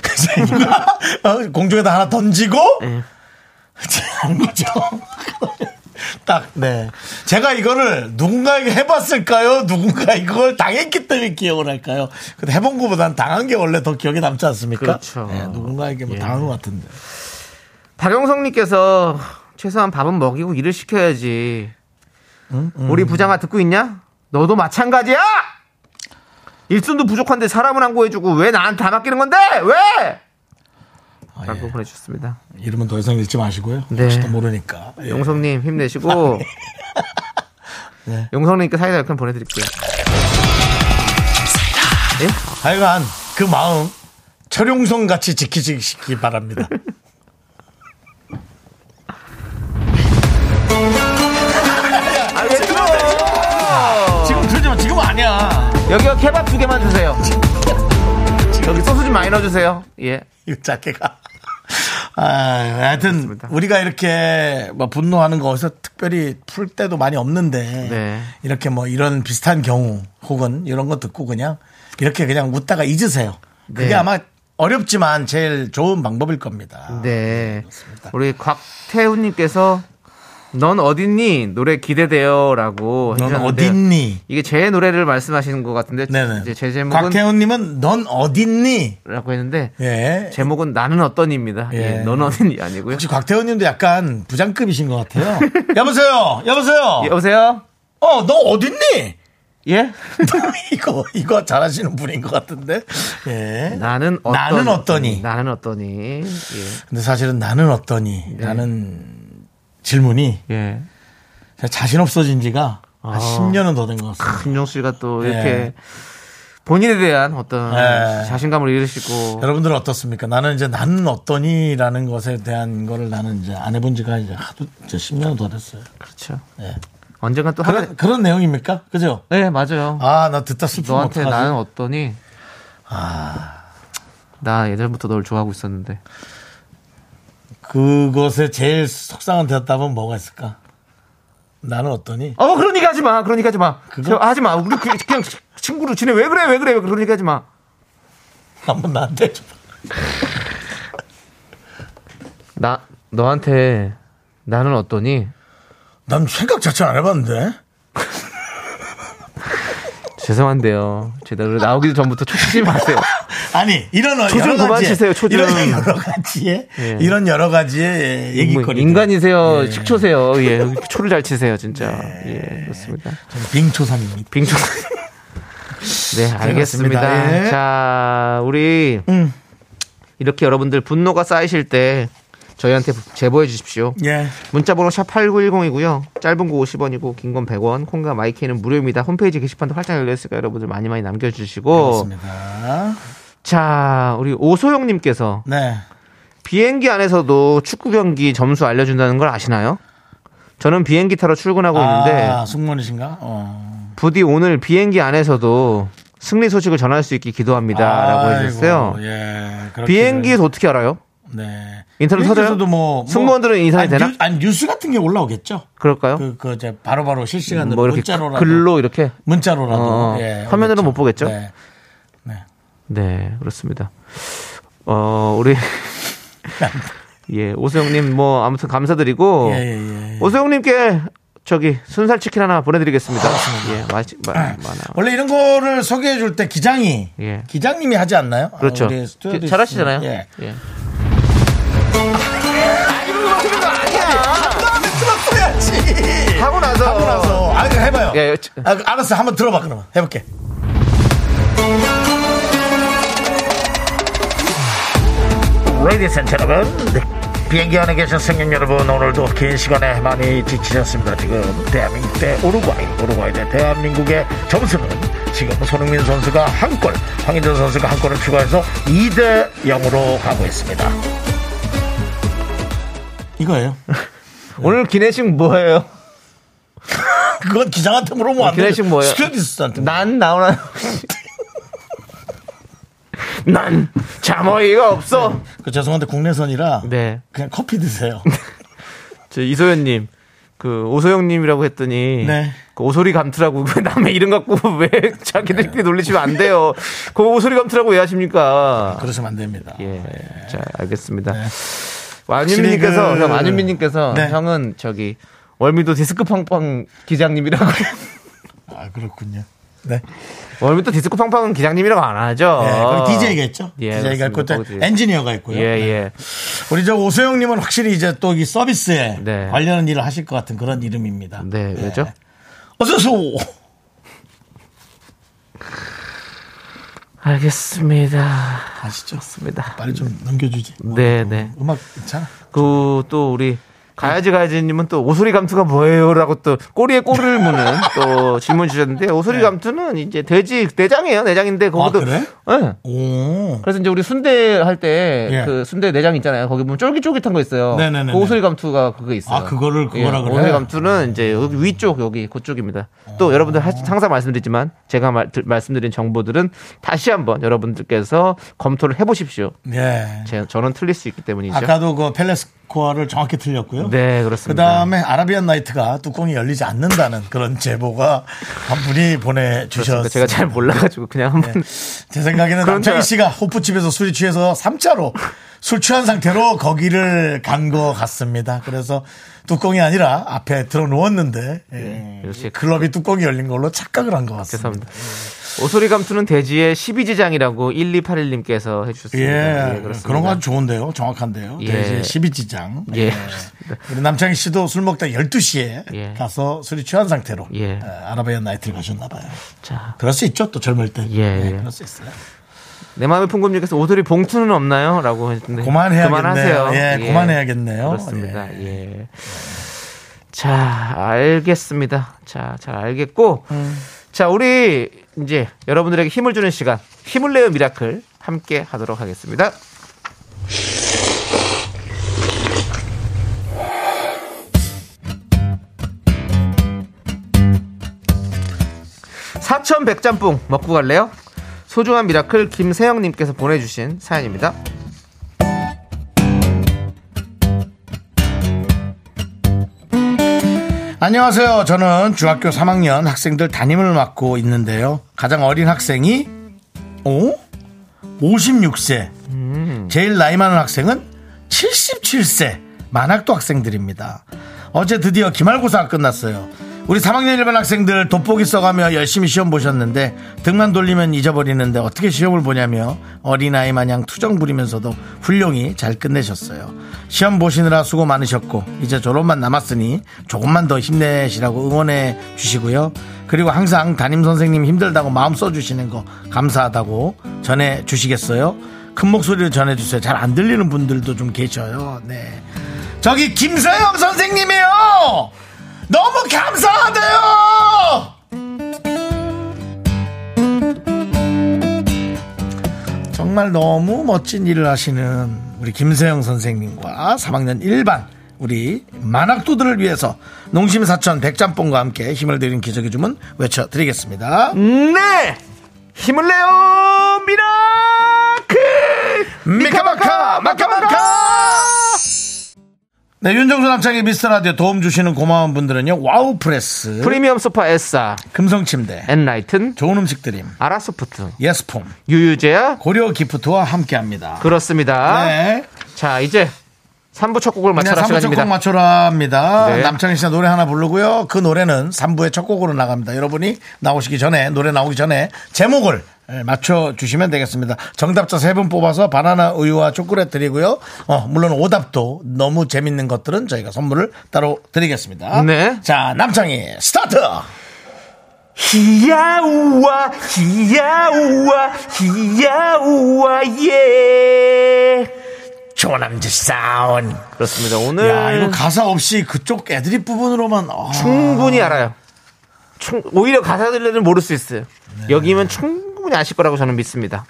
S1: 그래서 이거가 어, 공중에다 하나 던지고
S2: 예.
S1: 한 거죠. 딱, 네. 제가 이거를 누군가에게 해봤을까요? 누군가 이걸 당했기 때문에 기억을 할까요? 근데 해본 것보단 당한 게 원래 더 기억에 남지 않습니까?
S2: 그렇죠.
S1: 네, 누군가에게 뭐 당한 것 같은데.
S2: 박영성님께서 최소한 밥은 먹이고 일을 시켜야지.
S1: 음,
S2: 우리 부장아 듣고 있냐? 너도 마찬가지야! 일손도 부족한데 사람을 안 구해주고 왜 나한테 다 맡기는 건데? 왜?
S1: 아,
S2: 라고
S1: 예.
S2: 보내주셨습니다.
S1: 이름은 더 이상 읽지 마시고요.
S2: 네.
S1: 혹시 또 모르니까. 예.
S2: 용성님 힘내시고
S1: 아, 네.
S2: 용성님께 사이다 열캔 보내드릴게요.
S1: 하여간 그 마음 철용성 같이 지키시기 바랍니다.
S2: 아왜 들어?
S1: 지금 들지 마. 지금 아니야.
S2: 여기요 케밥 두 개만 주세요. 여기 소스 좀 많이 넣어주세요. 예.
S1: 이 자켓가. 아, 하여튼
S2: 그렇습니다.
S1: 우리가 이렇게 뭐 분노하는 거 어디서 특별히 풀 때도 많이 없는데
S2: 네.
S1: 이렇게 뭐 이런 비슷한 경우 혹은 이런 거 듣고 그냥 이렇게 그냥 웃다가 잊으세요. 그게
S2: 네.
S1: 아마 어렵지만
S2: 아,
S1: 제일 좋은 방법일 겁니다.
S2: 네. 우리 곽태훈님께서 넌 어딨니 노래 기대돼요라고
S1: 넌
S2: 해주셨는데요.
S1: 어딨니?
S2: 이게 제 노래를 말씀하시는 것 같은데
S1: 네네.
S2: 이제 제 제목은
S1: 곽태훈님은 넌 어딨니?
S2: 라고 했는데
S1: 예.
S2: 제목은 나는 어떤입니다.
S1: 예.
S2: 예. 넌 어딘이 아니고요.
S1: 혹시 곽태훈님도 약간 부장급이신 것 같아요. 여보세요, 여보세요.
S2: 예, 여보세요?
S1: 어, 너 어딨니?
S2: 예?
S1: 이거 이거 잘하시는 분인 것 같은데. 예.
S2: 나는 어떤 음,
S1: 나는 어떠니?
S2: 나는 어떠니? 예.
S1: 근데 사실은 나는
S2: 네.
S1: 어떠니라는 질문이
S2: 예.
S1: 제가 자신 없어진 지가 한
S2: 아.
S1: 10년은 더 된 것 같습니다.
S2: 김종 씨가 또
S1: 예.
S2: 이렇게 본인에 대한 어떤
S1: 예.
S2: 자신감을 잃으시고
S1: 여러분들은 어떻습니까? 나는 이제 나는 어떠니라는 것에 대한 거를 나는 이제 안 해본 지가 이제 하도 이제 10년은 더 됐어요.
S2: 그렇죠.
S1: 예.
S2: 언젠가 또 하게
S1: 그런, 그런 내용입니까? 그죠?
S2: 예, 맞아요.
S1: 아, 나 듣다 슬프면
S2: 너한테
S1: 어떡하지?
S2: 나는 어떠니? 아. 나 예전부터 널 좋아하고 있었는데.
S1: 그것에 제일 속상한 대답은 뭐가 있을까? 나는 어떠니?
S2: 어, 그런 얘기 하지 마. 그런 얘기 하지 마.
S1: 그거-
S2: 하지 마. 우리 그- 그냥 친구로 지내. 왜 그래? 왜 그래? 왜 그런 얘기 하지 마.
S1: 한번 나한테 해줘.
S2: 나 너한테 나는 어떠니?
S1: 난 생각 자체 안 해봤는데.
S2: 죄송한데요. 제대로 나오기 전부터 초치지 마세요.
S1: 아니 이런 어-
S2: 초좀
S1: 여러
S2: 그만
S1: 가지
S2: 치세요, 초 좀.
S1: 이런 여러 가지의
S2: 예.
S1: 이런 여러 가지의 얘기거리
S2: 뭐, 인간이세요. 식초세요. 예. 초를 잘 치세요, 진짜. 예. 그렇습니다.
S1: 빙초삼입니다.
S2: 빙초. 네,
S1: 그렇습니다.
S2: 알겠습니다.
S1: 예.
S2: 자, 우리
S1: 음.
S2: 이렇게 여러분들 분노가 쌓이실 때 저희한테 제보해 주십시오.
S1: 예.
S2: 문자번호 샵 8910이고요. 짧은 거 50원이고 긴 건 100원. 콩과 마이키는 무료입니다. 홈페이지 게시판도 활짝 열려 있으니까 여러분들 많이 많이 남겨 주시고.
S1: 그렇습니다.
S2: 자, 우리 오소영 님께서
S1: 네.
S2: 비행기 안에서도 축구 경기 점수 알려 준다는 걸 아시나요? 저는 비행기 타러 어, 출근하고 있는데
S1: 아, 승무원이신가? 어.
S2: 부디 오늘 비행기 안에서 승리 소식을 전할 수 있게 기도합니다라고
S1: 아이고,
S2: 해주셨어요.
S1: 예. 그렇게
S2: 비행기에서 어떻게 알아요?
S1: 네.
S2: 인터넷
S1: 비행기에서도
S2: 터져요?
S1: 뭐, 뭐
S2: 승무원들은 인사해
S1: 아니,
S2: 되나?
S1: 뉴, 아니 뉴스 같은 게 올라오겠죠.
S2: 그럴까요?
S1: 그 그 이제 바로바로 실시간으로
S2: 뭐 이렇게
S1: 문자로라도
S2: 글로 이렇게
S1: 문자로라도
S2: 어,
S1: 예,
S2: 화면으로
S1: 오겠죠.
S2: 못 보겠죠?
S1: 네.
S2: 네 그렇습니다. 어 우리 예 오세영님 뭐 아무튼 감사드리고
S1: 예, 예, 예.
S2: 오세영님께 저기 순살 치킨 하나 보내드리겠습니다. 예 맛이 마, 많아.
S1: 원래 이런 거를 소개해 줄 때 기장이
S2: 예.
S1: 기장님이 하지 않나요? 아,
S2: 그렇죠.
S1: 우리 스튜어디스.
S2: 잘하시잖아요.
S1: 예.
S2: 예. 하고 나서
S1: 하고 나서 아 이거 해봐요.
S2: 예,
S1: 아, 알았어 한번 들어봐 그러면 해볼게. 레이디스 앤 여러분 네, 비행기 안에 계신 승객 여러분 오늘도 긴 시간에 많이 지치셨습니다 지금 대한민국 대 우루과이 우루과이 대 대한민국의 점수는 지금 손흥민 선수가 한골 황인전 선수가 한 골을 추가해서 2대 0으로 가고 있습니다 이거예요
S2: 오늘 기내식 뭐예요?
S1: 그건 기장한테 물어보면 안 돼요
S2: 기내식 아, 뭐예요?
S1: 스튜디스한테
S2: 난 나오나 난 자머이가 없어.
S1: 그 죄송한데 국내선이라
S2: 네.
S1: 그냥 커피 드세요
S2: 저 이소연님 그 오소영님이라고 했더니
S1: 네.
S2: 그 오소리 감투라고 왜 남의 이름 갖고 왜 자기들끼리 놀리시면 안 돼요. 그 오소리 감투라고 왜 하십니까?
S1: 그러시면 안 됩니다
S2: 예. 자 알겠습니다.
S1: 네. 확실히
S2: 완윤민님께서
S1: 그-
S2: 형, 완윤민님께서
S1: 네.
S2: 형은 저기 월미도 디스크 팡팡 기장님이라고
S1: 아 그렇군요 네
S2: 월미도 디스크 팡팡은 기장님이라고 안 하죠.
S1: 네, 거기 DJ가 있죠.
S2: 아. 예,
S1: DJ가 있고 또
S2: 그렇습니다.
S1: 엔지니어가 있고요. 네.
S2: 예 예.
S1: 우리 저 오소영님은 확실히 이제 또 이 서비스에
S2: 네.
S1: 관련한 일을 하실 것 같은 그런 이름입니다. 예.
S2: 네, 왜죠?
S1: 어서서
S2: 알겠습니다.
S1: 아시죠?
S2: 좋습니다.
S1: 빨리 좀 넘겨주지. 어,
S2: 네, 네.
S1: 음악 괜찮아.
S2: 그 또 우리 가야지 가야지님은 또 오소리 감투가 뭐예요라고 또 꼬리에 꼬리를 무는 또 질문 주셨는데 오소리 감투는 이제 돼지 내장이에요 내장인데 거기도
S1: 네. 아, 그래?
S2: 예.
S1: 오.
S2: 그래서 이제 우리 순대 할 때
S1: 예.
S2: 그 순대 내장 있잖아요. 거기 보면 쫄깃쫄깃한 거 있어요.
S1: 네네네네.
S2: 그 오소리 감투가 그게 있어요. 예.
S1: 아, 그거를 그거라 그래요?
S2: 오소리 감투는 이제 여기 위쪽 여기 그쪽입니다. 또
S1: 어.
S2: 여러분들 하- 항상 말씀드리지만 제가 말, 드- 말씀드린 정보들은 다시 한번 여러분들께서 검토를 해보십시오.
S1: 네.
S2: 제, 저는 틀릴 수 있기 때문이죠.
S1: 아까도 그 펠레스코어를 정확히 틀렸고요.
S2: 네 그렇습니다.
S1: 그다음에 아라비안 나이트가 뚜껑이 열리지 않는다는 그런 제보가 한 분이
S2: 그렇습니다.
S1: 보내주셨어요.
S2: 제가 잘 몰라가지고 그냥
S1: 네.
S2: 한번
S1: 제 생각에는
S2: 그런
S1: 남창희
S2: 줄 알-
S1: 씨가 호프집에서 술이 취해서 3차로 술 취한 상태로 거기를 간 것 같습니다. 그래서 뚜껑이 아니라 앞에 들어놓았는데 예.
S2: 이렇게
S1: 글럽이 뚜껑이 열린 걸로 착각을 한 것 같습니다.
S2: 아, 죄송합니다. 오소리 감투는 돼지의 12지장이라고 1281님께서 해주셨습니다.
S1: 예, 그런 건 네. 좋은데요. 정확한데요.
S2: 예.
S1: 대신 12지장.
S2: 예.
S1: 우리 남창희 씨도 술 먹다 12시에
S2: 예.
S1: 가서 술이 취한 상태로
S2: 예.
S1: 예, 아라비안 나이트를 가셨나 봐요.
S2: 자,
S1: 그럴 수 있죠. 또 젊을 때.
S2: 예,
S1: 네,
S2: 예.
S1: 그럴 수 있어요.
S2: 내 마음의 풍금님께서 오소리 봉투는 없나요? 라고 했는데.
S1: 그만해야겠네요.
S2: 그만하세요.
S1: 예, 그만해야겠네요.
S2: 그렇습니다. 예. 자, 알겠습니다. 자, 잘 알겠고.
S1: 음.
S2: 자, 우리 이제 여러분들에게 힘을 주는 시간. 힘을 내요 미라클. 함께 하도록 하겠습니다. 사천 백짬뽕 먹고 갈래요? 소중한 미라클 김세영님께서 보내주신 사연입니다.
S1: 안녕하세요. 저는 중학교 3학년 학생들 담임을 맡고 있는데요. 가장 어린 학생이 오? 56세. 제일 나이 많은 학생은 77세. 만학도 학생들입니다. 어제 드디어 기말고사가 끝났어요. 우리 3학년 일반 학생들 돋보기 써가며 열심히 시험 보셨는데 등만 돌리면 잊어버리는데 어떻게 시험을 보냐며 어린아이 마냥 투정 부리면서도 훌륭히 잘 끝내셨어요. 시험 보시느라 수고 많으셨고 이제 졸업만 남았으니 조금만 더 힘내시라고 응원해 주시고요. 그리고 항상 담임 선생님 힘들다고 마음 써주시는 거 감사하다고 전해 주시겠어요? 큰 목소리로 전해주세요. 잘 안 들리는 분들도 좀 계셔요. 네. 저기 김서영 선생님이요! 너무 감사하대요! 정말 너무 멋진 일을 하시는 우리 김세영 선생님과 3학년 1반 우리 만학도들을 위해서 농심 사천 백짬뽕과 함께 힘을 드린 기적의 주문 외쳐드리겠습니다.
S2: 네! 힘을 내요! 미라클!
S1: 미카마카 마카마카 네, 윤정수 남창의 미스터 라디오 도움 주시는 고마운 분들은요. 와우 프레스,
S2: 프리미엄 소파 에싸,
S1: 금성 침대,
S2: 엔라이튼,
S1: 좋은 음식 드림,
S2: 아라소프트,
S1: 예스폼,
S2: 유유제야.
S1: 고려 기프트와 함께 합니다.
S2: 그렇습니다.
S1: 네.
S2: 자, 이제 3부 첫 곡을
S1: 그냥
S2: 맞춰라
S1: 3부 첫 곡
S2: 시간입니다.
S1: 맞춰라입니다.
S2: 네.
S1: 남창희 씨가 노래 하나 부르고요. 그 노래는 3부의 첫 곡으로 나갑니다. 여러분이 나오시기 전에 노래 나오기 전에 제목을 예, 맞춰주시면 되겠습니다. 정답자 세 분 뽑아서 바나나 우유와 초콜릿 드리고요. 어, 물론 오답도 너무 재밌는 것들은 저희가 선물을 따로 드리겠습니다.
S2: 네.
S1: 자, 남창희 스타트!
S2: 히야우와, 히야우와, 히야우와, 예.
S1: 조남지 사운.
S2: 그렇습니다. 오늘
S1: 야, 이거 가사 없이 그쪽 애드립 부분으로만. 아.
S2: 네. 충분히 알아요. 충, 오히려 가사들은 모를 수 있어요.
S1: 네.
S2: 여기면 충분히 아실 거라고 저는 믿습니다.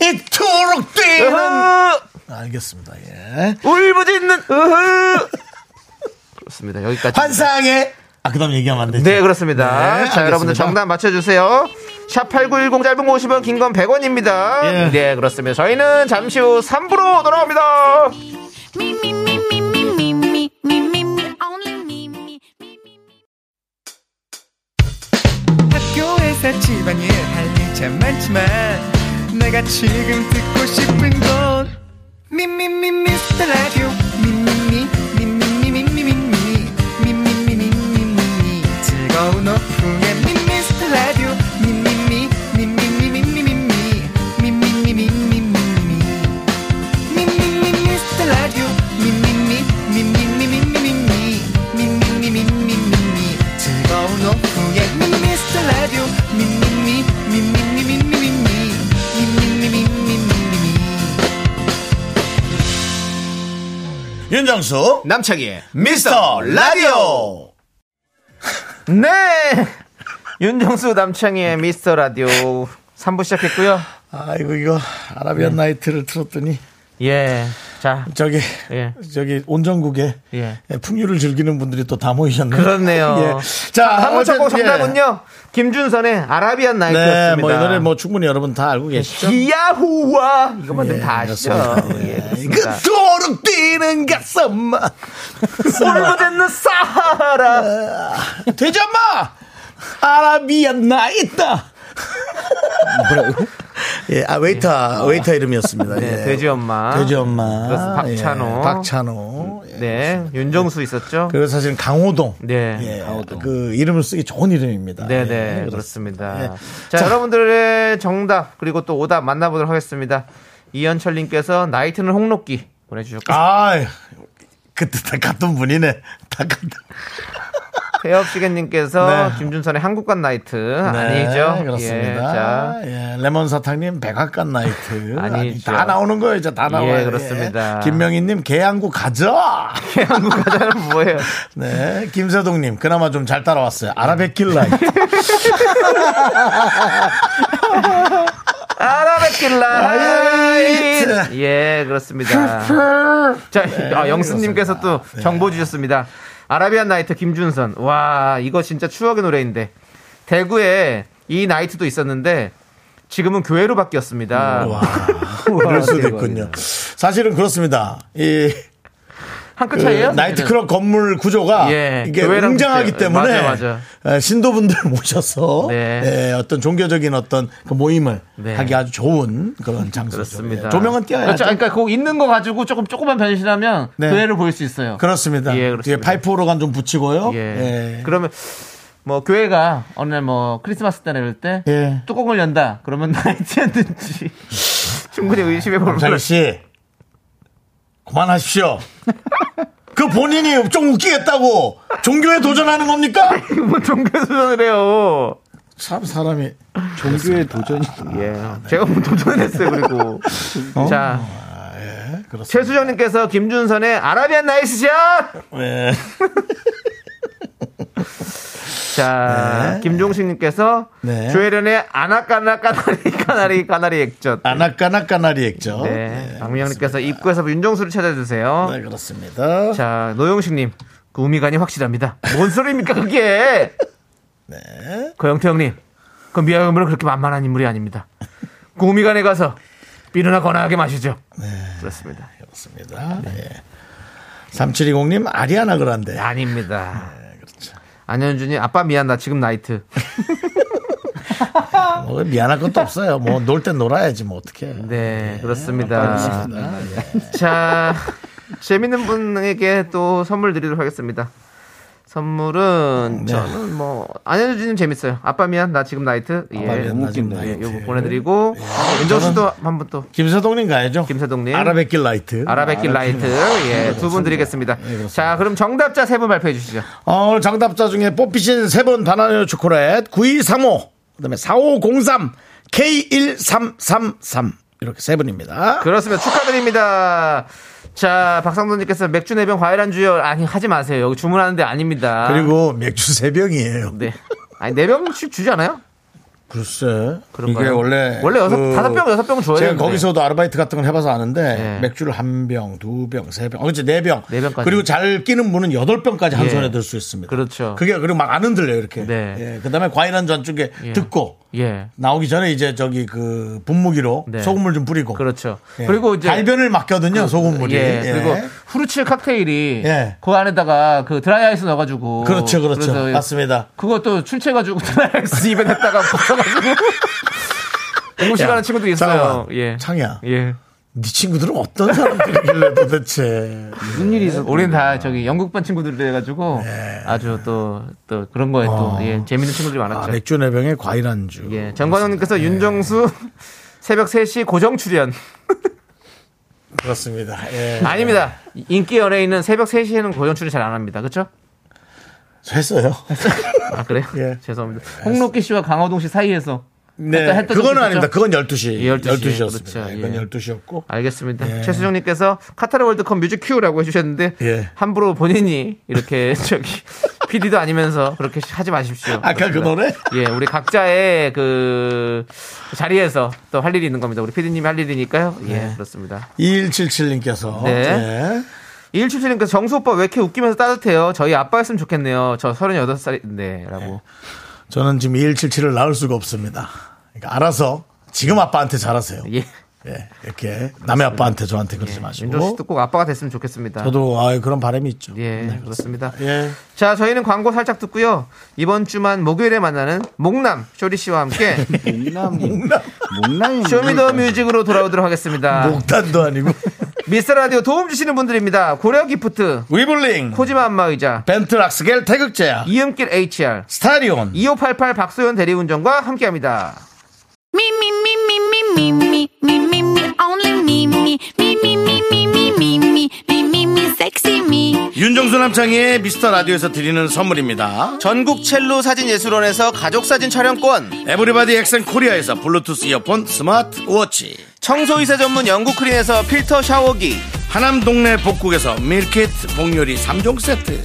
S1: 이토록 뛰는.
S2: 으흐!
S1: 알겠습니다. 예.
S2: 울부짖는 으흐! 그렇습니다. 여기까지.
S1: 환상의 아 그다음 얘기하면 안 되죠.
S2: 네, 그렇습니다.
S1: 네,
S2: 자,
S1: 알겠습니다.
S2: 여러분들 정답 맞춰주세요. 샵8910 짧은 거 50원, 긴 건 100원입니다.
S1: 예.
S2: 네, 그렇습니다. 저희는 잠시 후 3부로 돌아옵니다.
S4: Me, me, me, me, me, me, me, me, me, me, only me, me, me, me.
S5: 학교에서 집안일 할 일 참 많지만 내가 지금 듣고 싶은 건 미미미 미스터 라디오 미미미 미미미 미미미 미미미 미미미 즐거운 오후에 미스터 라디오 미미미 미미미 미미미 미미미 미미미
S1: 윤정수
S2: 남창희의
S1: 미스터 라디오.
S2: 네! 윤정수 남창희의 미스터 라디오 3부 시작했고요.
S1: 아이고 이거 아라비안 나이트를 틀었더니
S2: 예. 자,
S1: 저기
S2: 예.
S1: 저기 온전국에
S2: 예.
S1: 풍류를 즐기는 분들이 또 다 모이셨네요.
S2: 그렇네요.
S1: 예. 자,
S2: 한번
S1: 어쨌든,
S2: 쳐고 정답은요. 김준선의 아라비안
S1: 네,
S2: 나이트였습니다.
S1: 뭐 이 노래 뭐 충분히 여러분 다 알고 계시죠.
S2: 히야후와 이것만 들으면
S1: 예,
S2: 다 아시죠?
S1: 그렇습니다.
S2: 예, 그렇습니다.
S1: 그토록 뛰는 가슴만
S2: 올무됐는 사하라.
S1: 아, 되지 마 아라비안 나이트. 뭐라고? 예, 아 웨이터 웨이터 이름이었습니다. 예.
S2: 어. 네, 돼지 엄마.
S1: 돼지 엄마.
S2: 그렇습니다. 박찬호.
S1: 예, 박찬호. 예.
S2: 네, 윤정수 있었죠.
S1: 그리고 사실 강호동.
S2: 네,
S1: 예, 그 이름을 쓰기 좋은 이름입니다.
S2: 네,
S1: 예,
S2: 네,
S1: 그렇습니다.
S2: 그렇습니다.
S1: 예.
S2: 자,
S1: 자.
S2: 여러분들의 정답 그리고 또 오답 만나보도록 하겠습니다. 이현철님께서 나이트는 홍록기 보내주셨고
S1: 아, 그때 다 같은 분이네. 다 같은.
S2: 태엽시계님께서
S1: 네.
S2: 김준선의 한국 간 나이트
S1: 네,
S2: 아니죠?
S1: 그렇습니다.
S2: 예, 자,
S1: 예, 레몬사탕님, 백악관 나이트.
S2: 아니죠.
S1: 아니, 다 나오는 거예요. 이제 다 나와요.
S2: 그렇습니다.
S1: 예. 김명희님, 개항구 가자!
S2: 한국 가자는 뭐예요?
S1: 네. 김세동님, 그나마 좀 잘 따라왔어요.
S2: 음.
S1: 아라뱃길 나이트.
S2: 아라뱃길 라이트.
S1: 라이트. 네,
S2: 예, 그렇습니다. 자, 아, 영수님께서 또 정보 주셨습니다. 아라비안 나이트 김준선. 와, 이거 진짜 추억의 노래인데. 대구에 이 나이트도 있었는데 지금은 교회로 바뀌었습니다.
S1: 음, 와. 그럴 수도 있군요. 사실은 그렇습니다. 이
S2: 한 끗
S1: 그
S2: 차이에요? 네.
S1: 나이트클럽 건물 구조가
S2: 예,
S1: 이게
S2: 교회랑
S1: 웅장하기
S2: 비슷해요.
S1: 때문에
S2: 맞아,
S1: 에, 신도분들 모셔서
S2: 네.
S1: 예, 어떤 종교적인 어떤 그 모임을
S2: 네.
S1: 하기 아주 좋은 그런 장소죠.
S2: 그렇습니다.
S1: 예, 조명은
S2: 그렇죠.
S1: 띄어야죠.
S2: 그러니까 그거 있는 거 가지고 조금 조금만 변신하면
S1: 네.
S2: 교회를 보일 수 있어요.
S1: 그렇습니다.
S2: 예,
S1: 뒤에
S2: 그렇습니다.
S1: 파이프 오로간 좀 붙이고요.
S2: 예.
S1: 예.
S2: 그러면 뭐 교회가 어느 날 뭐 크리스마스 때 이럴 때
S1: 예.
S2: 뚜껑을 연다. 그러면 나이트였는지 충분히 의심해 볼
S1: 남창희
S2: 만한.
S1: 씨, 그만하십시오. 그 본인이 좀 웃기겠다고 종교에 도전하는 겁니까?
S2: 뭐 종교 수련을 해요.
S1: 참 사람이
S6: 종교의 도전이
S2: 예.
S1: 아, 네.
S2: 제가 뭐 도전했어요 그리고. 자.
S1: 어? 아, 예. 그렇습니다.
S2: 최수정님께서 김준선의 아라비안 나이스샷!
S1: 예.
S2: 자, 김종식님께서
S1: 네.
S2: 조혜련의 아나까나 까나리 까나리 까나리 액젓.
S1: 아나까나 까나리 액죠.
S2: 네. 박미영님께서 입구에서 윤정수를 찾아주세요.
S1: 네, 그렇습니다.
S2: 자, 노영식님. 그 우미간이 확실합니다. 뭔 소리입니까, 그게? 네. 고영태 형님. 그 미아 형님은 그렇게 만만한 인물이 아닙니다. 그 우미간에 가서 비누나 거나하게 마시죠. 네. 그렇습니다.
S1: 그렇습니다. 예. 3720님 아리아나 그란데.
S2: 아닙니다. 그렇죠. 안현준이 아빠 미안 나 지금 나이트.
S1: 뭐 미안할 것도 없어요. 뭐 놀 땐 놀아야지 뭐 어떻게.
S2: 네, 그렇습니다. 네. 자, 재밌는 분에게 또 선물 드리도록 하겠습니다. 선물은 저는 뭐 안현준님 재밌어요. 아빠 미안 나 지금 나이트. 예,
S1: 미안, 나 지금
S2: 네,
S1: 나이트.
S2: 요거 보내드리고 아, 윤정 씨도 한번 또
S1: 김서동님 가야죠.
S2: 김세동님
S1: 아라뱃길 라이트.
S2: 아라뱃길 라이트 예, 두 분 드리겠습니다. 자, 그럼 정답자 세 분 발표해 주시죠.
S1: 어, 오늘 정답자 중에 뽑히신 세 분 바나나 초콜릿 9235, 그다음에 4503, K1333 이렇게 세 분입니다.
S2: 그렇습니다. 축하드립니다. 자, 박상돈님께서 맥주 네병 과일 안주요. 아니 하지 마세요. 여기 주문하는데 아닙니다.
S1: 그리고 맥주 세 병이에요.
S2: 네. 아니 네 병씩 주지 않아요?
S1: 글쎄.
S2: 그런가요?
S1: 이게 원래
S2: 원래 여섯-
S1: 그
S2: 다섯 병, 여섯 병은 줘야
S1: 제가
S2: 되는데.
S1: 거기서도 아르바이트 같은 걸 해봐서 아는데
S2: 예.
S1: 맥주를 한 병, 두 병, 세 병, 어, 그치 네 병.
S2: 네 병까지.
S1: 그리고 잘 끼는 분은 여덟 병까지 한
S2: 예.
S1: 손에 들 수 있습니다.
S2: 그렇죠.
S1: 그게 그리고 막 안 흔들려 요 이렇게.
S2: 네.
S1: 예. 그다음에 과일 한잔 쪽에 듣고
S2: 예.
S1: 나오기 전에 이제 저기 그 분무기로
S2: 네.
S1: 소금물 좀 뿌리고.
S2: 그렇죠.
S1: 예.
S2: 그리고 이제
S1: 갈변을 막거든요 소금물이.
S2: 예,
S1: 예.
S2: 그리고 후르츠 칵테일이
S1: 예.
S2: 그 안에다가 그 드라이아이스 넣어가지고
S1: 그렇죠, 그렇죠.
S2: 뭐 그래서
S1: 맞습니다.
S2: 그것도 출채가지고 드라이아이스 입에 넣다가 붙어가지고 공식하는 친구들이 있어요.
S1: 잠깐만.
S2: 예,
S1: 창이야.
S2: 예.
S1: 네 친구들은 어떤 사람들이길래 도대체.
S2: 무슨 일이
S1: 예.
S2: 있었? 우리는 다 저기 영국반 친구들 돼가지고 아주 또 또 그런 거에 또 예, 재밌는 친구들이
S1: 어. 아,
S2: 많았죠.
S1: 맥주 네 병에 과일 안주.
S2: 예, 정관원님께서 윤정수 새벽 3시 고정 출연.
S1: 그렇습니다. 예.
S2: 아닙니다. 인기 연예인은 새벽 3시에는 고정 출연 잘 안 합니다. 그렇죠?
S1: 했어요.
S2: 아 그래요?
S1: 예.
S2: 죄송합니다. 홍록기 씨와 강호동 씨 사이에서 했다-
S1: 네.
S2: 했다
S1: 그거는
S2: 그랬죠?
S1: 아닙니다. 그건 12시.
S2: 예, 12시.
S1: 12시. 였습니다
S2: 그렇죠.
S1: 그건
S2: 예.
S1: 12시였고.
S2: 알겠습니다.
S1: 예.
S2: 최수정님께서 카타르 월드컵 뮤직 큐라고 해주셨는데
S1: 예.
S2: 함부로 본인이 이렇게 저기 PD도 아니면서 그렇게 하지 마십시오.
S1: 아까 그 노래?
S2: 예, 우리 각자의 그 자리에서 또 할 일이 있는 겁니다. 우리 PD님이 할 일이니까요. 예, 그렇습니다.
S1: 2177님께서. 예.
S2: 네. 2177님께서 정수 오빠 왜 이렇게 웃기면서 따뜻해요? 저희 아빠였으면 좋겠네요. 저 38살인데. 네, 라고.
S1: 저는 지금 2177을 낳을 수가 없습니다. 그러니까 알아서 지금 아빠한테 잘하세요. 예.
S2: 예.
S1: 이렇게 남의 아빠한테 저한테 그러지 마시고.
S2: 윤종 씨도 꼭 아빠가 됐으면 좋겠습니다.
S1: 저도 아 그런 바람이 있죠.
S2: 예, 그렇습니다.
S1: 예.
S2: 자, 저희는 광고 살짝 듣고요. 이번 주만 목요일에 만나는 목남 쇼리 씨와 함께
S6: 목남 목남 목남이
S2: 쇼미더 뮤직으로 돌아오도록 하겠습니다.
S1: 목단도 아니고.
S2: 미스터 라디오 도움 주시는 분들입니다. 고려 기프트,
S1: 위블링,
S2: 코지마 안마의자,
S1: 벤트락스겔 태극제야,
S2: 이음길 HR,
S1: 스타리온,
S2: 2588 박소연 대리운전과 함께합니다.
S4: Me, me, me, me, me, me, me, me, me, me, only me, me, me, me, me, me, me, me, me, me, me, me, sexy me.
S1: 윤정수 남창희의 미스터 라디오에서 드리는 선물입니다.
S2: 전국 첼로 사진 예술원에서 가족 사진 촬영권,
S1: 에브리바디 엑센 코리아에서 블루투스 이어폰 스마트 워치.
S2: 청소이사 전문 영국 크린에서 필터 샤워기,
S1: 하남 동네 복국에서 밀키트 복요리 3종 세트.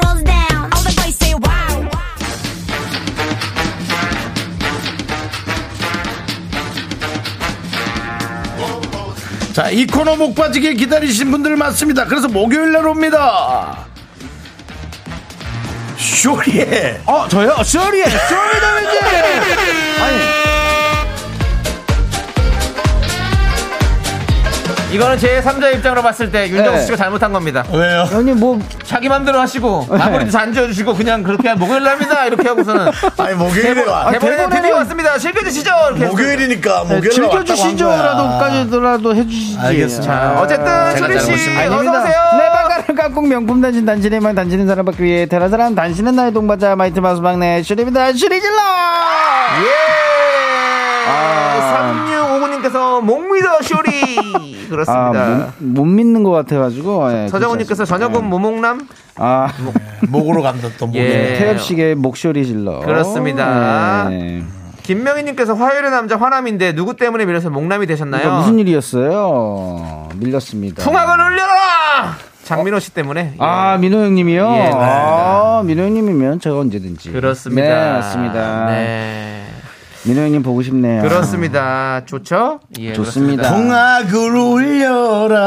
S4: rolls down. All the boys say wow.
S1: 자, 이 코너 목 빠지게 기다리신 분들 많습니다. 그래서 목요일 날 옵니다. 쇼리에.
S2: 어, 저요? 쇼리에! 쇼리더맨즈! 아니. 이거는 제 3자의 입장으로 봤을 때
S6: 네.
S2: 윤정수 씨가 잘못한 겁니다.
S1: 왜요?
S6: 아니 뭐
S2: 자기 맘대로 하시고
S6: 네.
S2: 마무리도 잘안 지어주시고 그냥 그렇게 목요일날입니다 이렇게 하고서는
S1: 아니, 네, 목요일에 와.
S2: 대본에
S6: 대본에는-
S2: 드디어 왔습니다 실겨주시죠 이렇게 해서.
S1: 목요일이니까 목요일
S6: 즐겨주시죠라도까지더라도 해주시지.
S1: 알겠습니다.
S2: 자, 어쨌든 쇼리 씨
S6: 아닙니다.
S2: 네,
S6: 네,
S2: 어서 오세요.
S6: 내 방가를 깍꿍 명품 단신 단신의만 단신은 사람 받기 위해 테라 사람 단신은 나의 동반자 마이트 마우스 막내 슈리입니다. 슈리 질러.
S2: 예.
S6: 아.
S2: 3659님께서 못 믿어 쇼리 그렇습니다.
S6: 아, 못, 못 믿는 것 같아가지고. 예,
S2: 서정훈님께서
S6: 괜찮습니다.
S2: 저녁은 모목남
S6: 아, 네,
S1: 목으로 간다 또 목에.
S2: 예.
S6: 태엽식의 목쇼리 질러.
S2: 그렇습니다.
S6: 예.
S2: 김명희님께서 화요일의 남자 화남인데 누구 때문에 밀려서 목남이 되셨나요?
S6: 그러니까 무슨 일이었어요? 밀렸습니다.
S2: 풍악을 울려라. 장민호 씨 때문에. 예.
S6: 아 민호 형님이요.
S2: 예, 맞습니다.
S6: 아 민호 형님이면 제가 언제든지.
S2: 예. 그렇습니다.
S6: 네, 맞습니다.
S2: 네.
S6: 민호 형님 보고 싶네요.
S2: 그렇습니다. 좋죠? 예,
S6: 좋습니다.
S1: 동악을 울려라.
S2: 그렇습니다.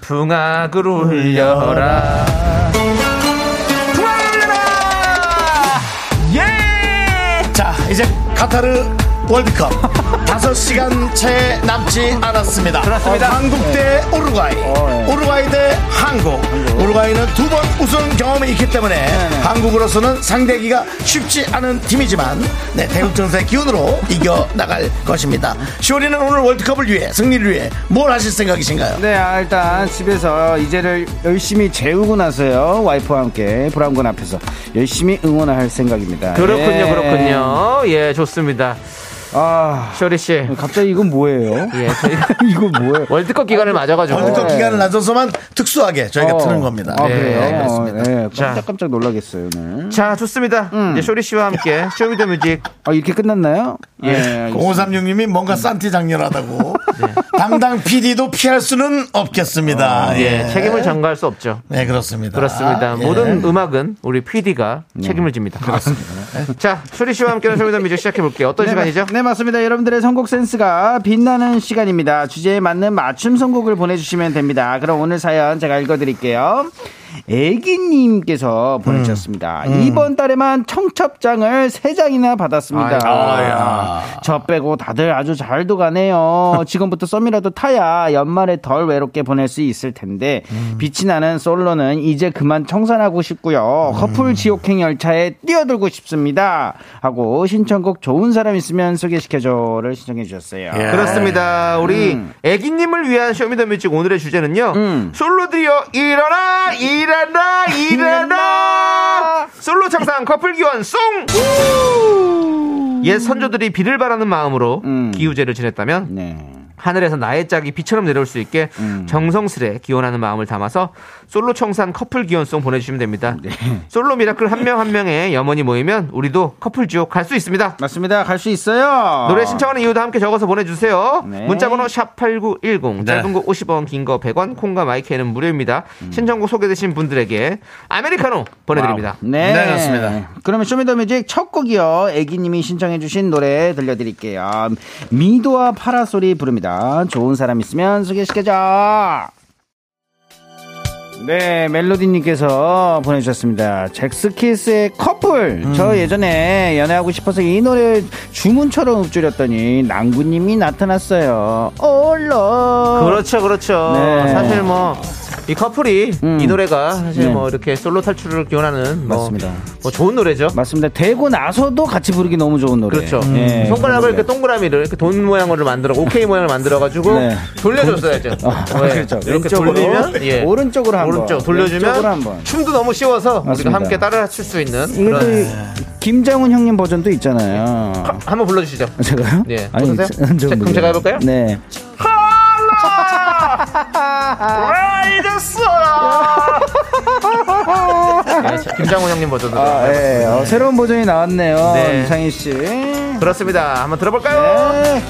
S2: 풍악을 울려라. 풍악을 울려라. 예!
S1: 자, 이제 카타르 월드컵 5시간 채 남지 않았습니다.
S2: 그렇습니다.
S1: 어, 한국 대 우루과이,
S6: 네.
S1: 우루과이 대 한국. 우루과이는 두 번 우승 경험이 있기 때문에 한국으로서는 상대기가 쉽지 않은 팀이지만 네, 대국 전세 기운으로 이겨 나갈 것입니다. 쇼리는 오늘 월드컵을 위해 승리를 위해 뭘 하실 생각이신가요?
S6: 네, 아, 일단 집에서 이제를 열심히 재우고 나서요. 와이프와 함께 브라운관 앞에서 열심히 응원할 생각입니다.
S2: 그렇군요,
S6: 예.
S2: 그렇군요. 예, 좋습니다.
S6: 아,
S2: 쇼리 씨.
S6: 갑자기 이건 뭐예요?
S2: 예, 저희가
S6: 이거 뭐예요?
S2: 월드컵 기간을 맞아가지고.
S1: 월드컵 기간을 나서서만 특수하게 저희가
S6: 어.
S1: 트는 겁니다.
S6: 아,
S2: 네,
S6: 그래요?
S1: 그렇습니다.
S6: 네,
S2: 자.
S6: 깜짝깜짝 놀라겠어요, 오늘.
S2: 자, 좋습니다.
S6: 음.
S2: 이제 쇼리 씨와 함께 쇼미더 뮤직.
S6: 아, 이렇게 끝났나요? 예. 알겠습니다.
S1: 0536님이
S2: 음.
S1: 뭔가 싼티 장렬하다고.
S2: 네.
S1: 당당 PD도 피할 수는 없겠습니다.
S6: 네.
S2: 예, 책임을 전가할 수 없죠.
S1: 네,
S2: 아,
S1: 그렇습니다.
S2: 그렇습니다.
S1: 예.
S2: 모든 음악은 우리 PD가 책임을 집니다. 자, 쇼리 씨와 함께하는 쇼미더 뮤직 시작해볼게요. 어떤
S6: 네,
S2: 시간이죠?
S6: 맞- 네 맞습니다. 여러분들의 선곡 센스가 빛나는 시간입니다. 주제에 맞는 맞춤 선곡을 보내주시면 됩니다. 그럼 오늘 사연 제가 읽어드릴게요. 애기님께서 보내주셨습니다.
S2: 음.
S6: 이번 달에만 청첩장을 세 장이나 받았습니다.
S1: 아야.
S6: 저 빼고 다들 아주 잘도 가네요. 지금부터 썸이라도 타야 연말에 덜 외롭게 보낼 수 있을 텐데
S2: 음.
S6: 빛이 나는 솔로는 이제 그만 청산하고 싶고요.
S2: 음.
S6: 커플 지옥행 열차에 뛰어들고 싶습니다. 하고 신청곡 좋은 사람 있으면 소개시켜줘를 신청해 주셨어요.
S2: 예. 네. 그렇습니다. 우리 애기님을 위한 쇼미더뮤직 오늘의 주제는요. 솔로들이여 일어나 일어나 일어나 솔로 창상 커플 기원 송. 옛 선조들이 비를 바라는 마음으로
S6: 음.
S2: 기우제를 지냈다면
S6: 네.
S2: 하늘에서 나의 짝이 비처럼 내려올 수 있게
S6: 음.
S2: 정성스레 기원하는 마음을 담아서 솔로 청산 커플 기원송 보내주시면 됩니다.
S6: 네.
S2: 솔로 미라클 한 명 한 명의 염원이 모이면 우리도 커플 지옥 갈 수 있습니다.
S6: 맞습니다. 갈 수 있어요.
S2: 노래 신청하는 이유도 함께 적어서 보내주세요.
S6: 아. 네.
S2: 문자번호 샵 8910, 짧은 거 50원, 긴 거 100원, 콩과 마이크는 무료입니다.
S6: 음.
S2: 신청곡 소개되신 분들에게 아메리카노 보내드립니다.
S6: 네.
S1: 네, 그렇습니다.
S6: 그러면 쇼미더뮤직 첫 곡이요. 애기님이 신청해주신 노래 들려드릴게요. 미도와 파라솔이 부릅니다. 좋은 사람 있으면 소개시켜줘. 네, 멜로디님께서 보내주셨습니다. 잭스키스의 커플.
S2: 음.
S6: 저 예전에 연애하고 싶어서 이 노래 주문처럼 읊조렸더니 남구님이 나타났어요. 올러.
S2: 그렇죠, 그렇죠.
S6: 네.
S2: 사실 뭐 이 커플이
S6: 음.
S2: 이 노래가 사실
S6: 네.
S2: 뭐 이렇게 솔로 탈출을 기원하는 뭐,
S6: 맞습니다.
S2: 뭐 좋은 노래죠.
S6: 맞습니다. 되고 나서도 같이 부르기 너무 좋은 노래.
S2: 그렇죠.
S6: 예,
S2: 손가락을
S6: 그런
S2: 이렇게 동그라미를 이렇게 돈 모양으로 만들어 오케이 모양을 만들어 가지고
S6: 네.
S2: 돌려줬어야죠.
S6: 노래.
S2: 예.
S6: 그렇죠.
S2: 이렇게
S6: 왼쪽으로,
S2: 돌리면 예.
S6: 오른쪽으로 한
S2: 오른쪽
S6: 번. 왼쪽으로 한
S2: 돌려주면
S6: 번.
S2: 춤도 너무 쉬워서
S6: 맞습니다.
S2: 우리가 함께 따라 출 수 있는
S6: 이게 또
S2: 그런
S6: 김장훈 형님 버전도 있잖아요.
S2: 한번 불러주시죠.
S6: 제가요?
S2: 예.
S6: 아니,
S2: 어떠세요?
S6: 저- 저
S2: 그럼
S6: 모르겠어요.
S2: 제가 해볼까요?
S6: 네. 아.
S2: 네, 김장훈 형님 버전으로.
S6: 아, 예. 어, 새로운 버전이 나왔네요.
S2: 네.
S6: 이상희 씨.
S2: 그렇습니다. 한번 들어볼까요?
S6: 네.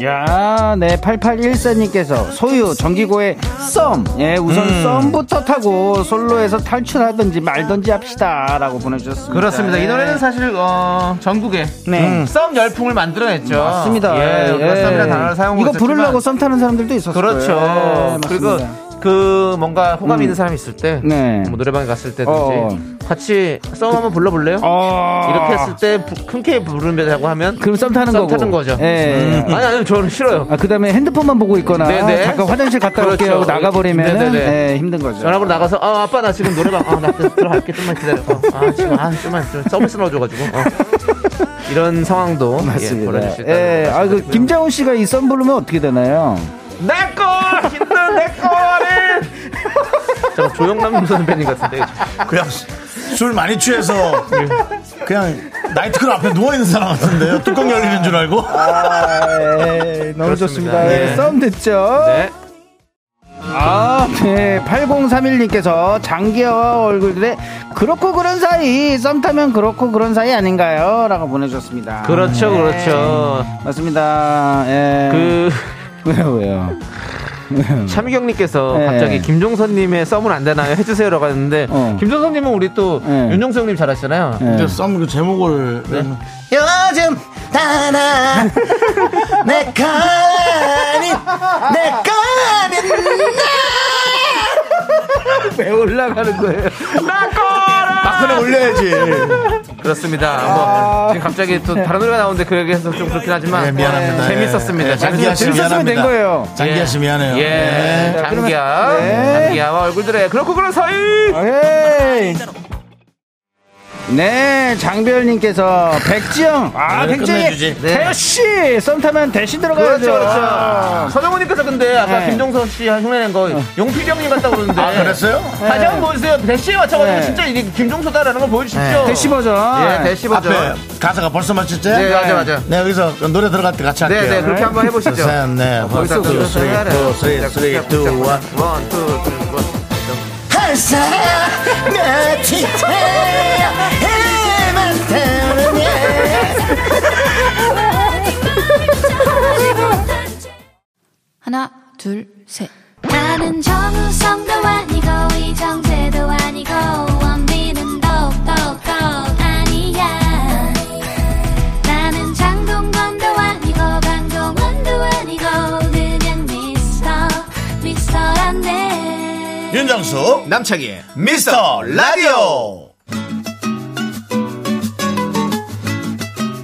S6: 야, 네, 8814님께서 소유 정기고의 썸. 예, 우선
S2: 음.
S6: 썸부터 타고 솔로에서 탈출하든지 말든지 합시다. 라고 보내주셨습니다.
S2: 그렇습니다. 이 노래는 사실 어, 전국에
S6: 네.
S2: 음, 썸 열풍을 만들어냈죠.
S6: 맞습니다.
S2: 예, 우리가 썸이라는 단어를 사용을
S6: 이거
S2: 했었지만
S6: 부르려고 썸 타는 사람들도 있었어요.
S2: 그렇죠.
S6: 예,
S2: 그리고
S6: 네, 맞습니다.
S2: 그 뭔가 호감
S6: 음.
S2: 있는 사람이 있을 때,
S6: 네.
S2: 뭐 노래방에 갔을 때든지
S6: 어.
S2: 같이 썸 한번 불러볼래요?
S6: 어.
S2: 이렇게 했을 때 부- 흔쾌히 부르면다고 하면
S6: 그럼 썸 타는
S2: 썸
S6: 거고.
S2: 타는 거죠. 음.
S6: 예.
S2: 아니 아니 저는 싫어요.
S6: 아, 그다음에 핸드폰만 보고 있거나
S2: 네네.
S6: 잠깐 화장실 갔다
S2: 그렇죠.
S6: 올게요 하고 나가버리면
S2: 네네네.
S6: 네, 힘든 거죠.
S2: 전화번호 나가서 아 아빠 나 지금 노래방 아나 들어갈게 좀만 기다려. 어, 아 지금 아 좀만 좀 서비스 넣어줘가지고 어. 이런 상황도 예, 벌어질 수
S6: 맞습니다.
S2: 있다.
S6: 예, 아그 김장훈 씨가 이 썸 부르면 어떻게 되나요?
S2: 내꺼 힘든 내꺼를 잠깐 조영남 선배님 같은데
S1: 그냥 술 많이 취해서
S2: 예.
S1: 그냥 나이트클럽 앞에 누워있는 사람 같은데요? 뚜껑 열리는 줄 알고?
S6: 예,
S2: 그렇습니다.
S6: 너무 좋습니다.
S2: 예.
S6: 예, 썸 됐죠?
S2: 네.
S6: 아, 네. 8031님께서 장기와 얼굴들의 그렇고 그런 사이, 썸 타면 그렇고 그런 사이 아닌가요? 라고 보내주셨습니다.
S2: 그렇죠
S6: 네.
S2: 그렇죠
S6: 맞습니다. 예.
S2: 그
S6: 왜요, 왜요?
S2: 차미경님께서
S6: 네.
S2: 갑자기 김종선님의 썸은 안 되나요 해주세요라고 하는데
S6: 어.
S2: 김종선님은 우리 또
S6: 네.
S2: 윤정수 형님 잘하시잖아요
S6: 예.
S1: 썸그 제목을
S2: 요즘 따라 내 거니 내
S1: 예.
S2: 거니 왜 올라가는 거예요
S1: 막판에 올려야지.
S2: 그렇습니다.
S6: 아.
S2: 뭐 지금 갑자기 또 다른 노래가 나오는데 그 얘기해서 좀 그렇긴 하지만
S1: 네, 미안합니다.
S2: 예, 재밌었습니다.
S1: 예, 장기하 씨
S6: 재밌었으면
S1: 미안합니다.
S6: 된 거예요.
S1: 장기하 씨 미안해요.
S2: 예,
S1: 네.
S2: 장기야,
S6: 네.
S2: 장기야와 얼굴들의 그렇고 그런 사이.
S6: 오케이. 네, 장별님께서 백지영, 아
S1: 네,
S6: 백지영,
S1: 끝내주지.
S2: 네.
S6: 태호 씨, 썸 타면 대신 들어가야죠.
S2: 그렇죠, 그렇죠. 서정훈님께서 근데 아까
S6: 네. 어.
S2: 김종서 씨 흉내낸 거 용필경님 같다고 그러는데.
S1: 아, 그랬어요?
S2: 다시 한번 보여주세요. 대시에 맞춰가지고
S6: 네.
S2: 진짜 이 김종서다라는 걸 보여주십시오.
S6: 네, 대시 버전.
S2: 예, 대시 버전.
S1: 앞에 가사가 벌써 맞췄지?
S2: 네, 맞아, 맞아.
S1: 네, 여기서 그 노래 들어갈 때 같이 할게요.
S2: 네, 네, 그렇게 한번 해보시죠. 아,
S1: 셋, 넷, 원, 투, 아, 쓰리, 투, 쓰리, 쓰리, 투, 원.
S2: 원, 투, 쓰리, 원.
S4: 하나, 둘, 셋. 나는 정우성도 아니고, 이정재도 아니고, 원빈은 더욱더 아니야. 나는 장동건도 아니고, 강동원도 아니고, 그냥 미스터, 미스터란데.
S1: 윤정수, 남창희, 미스터 라디오.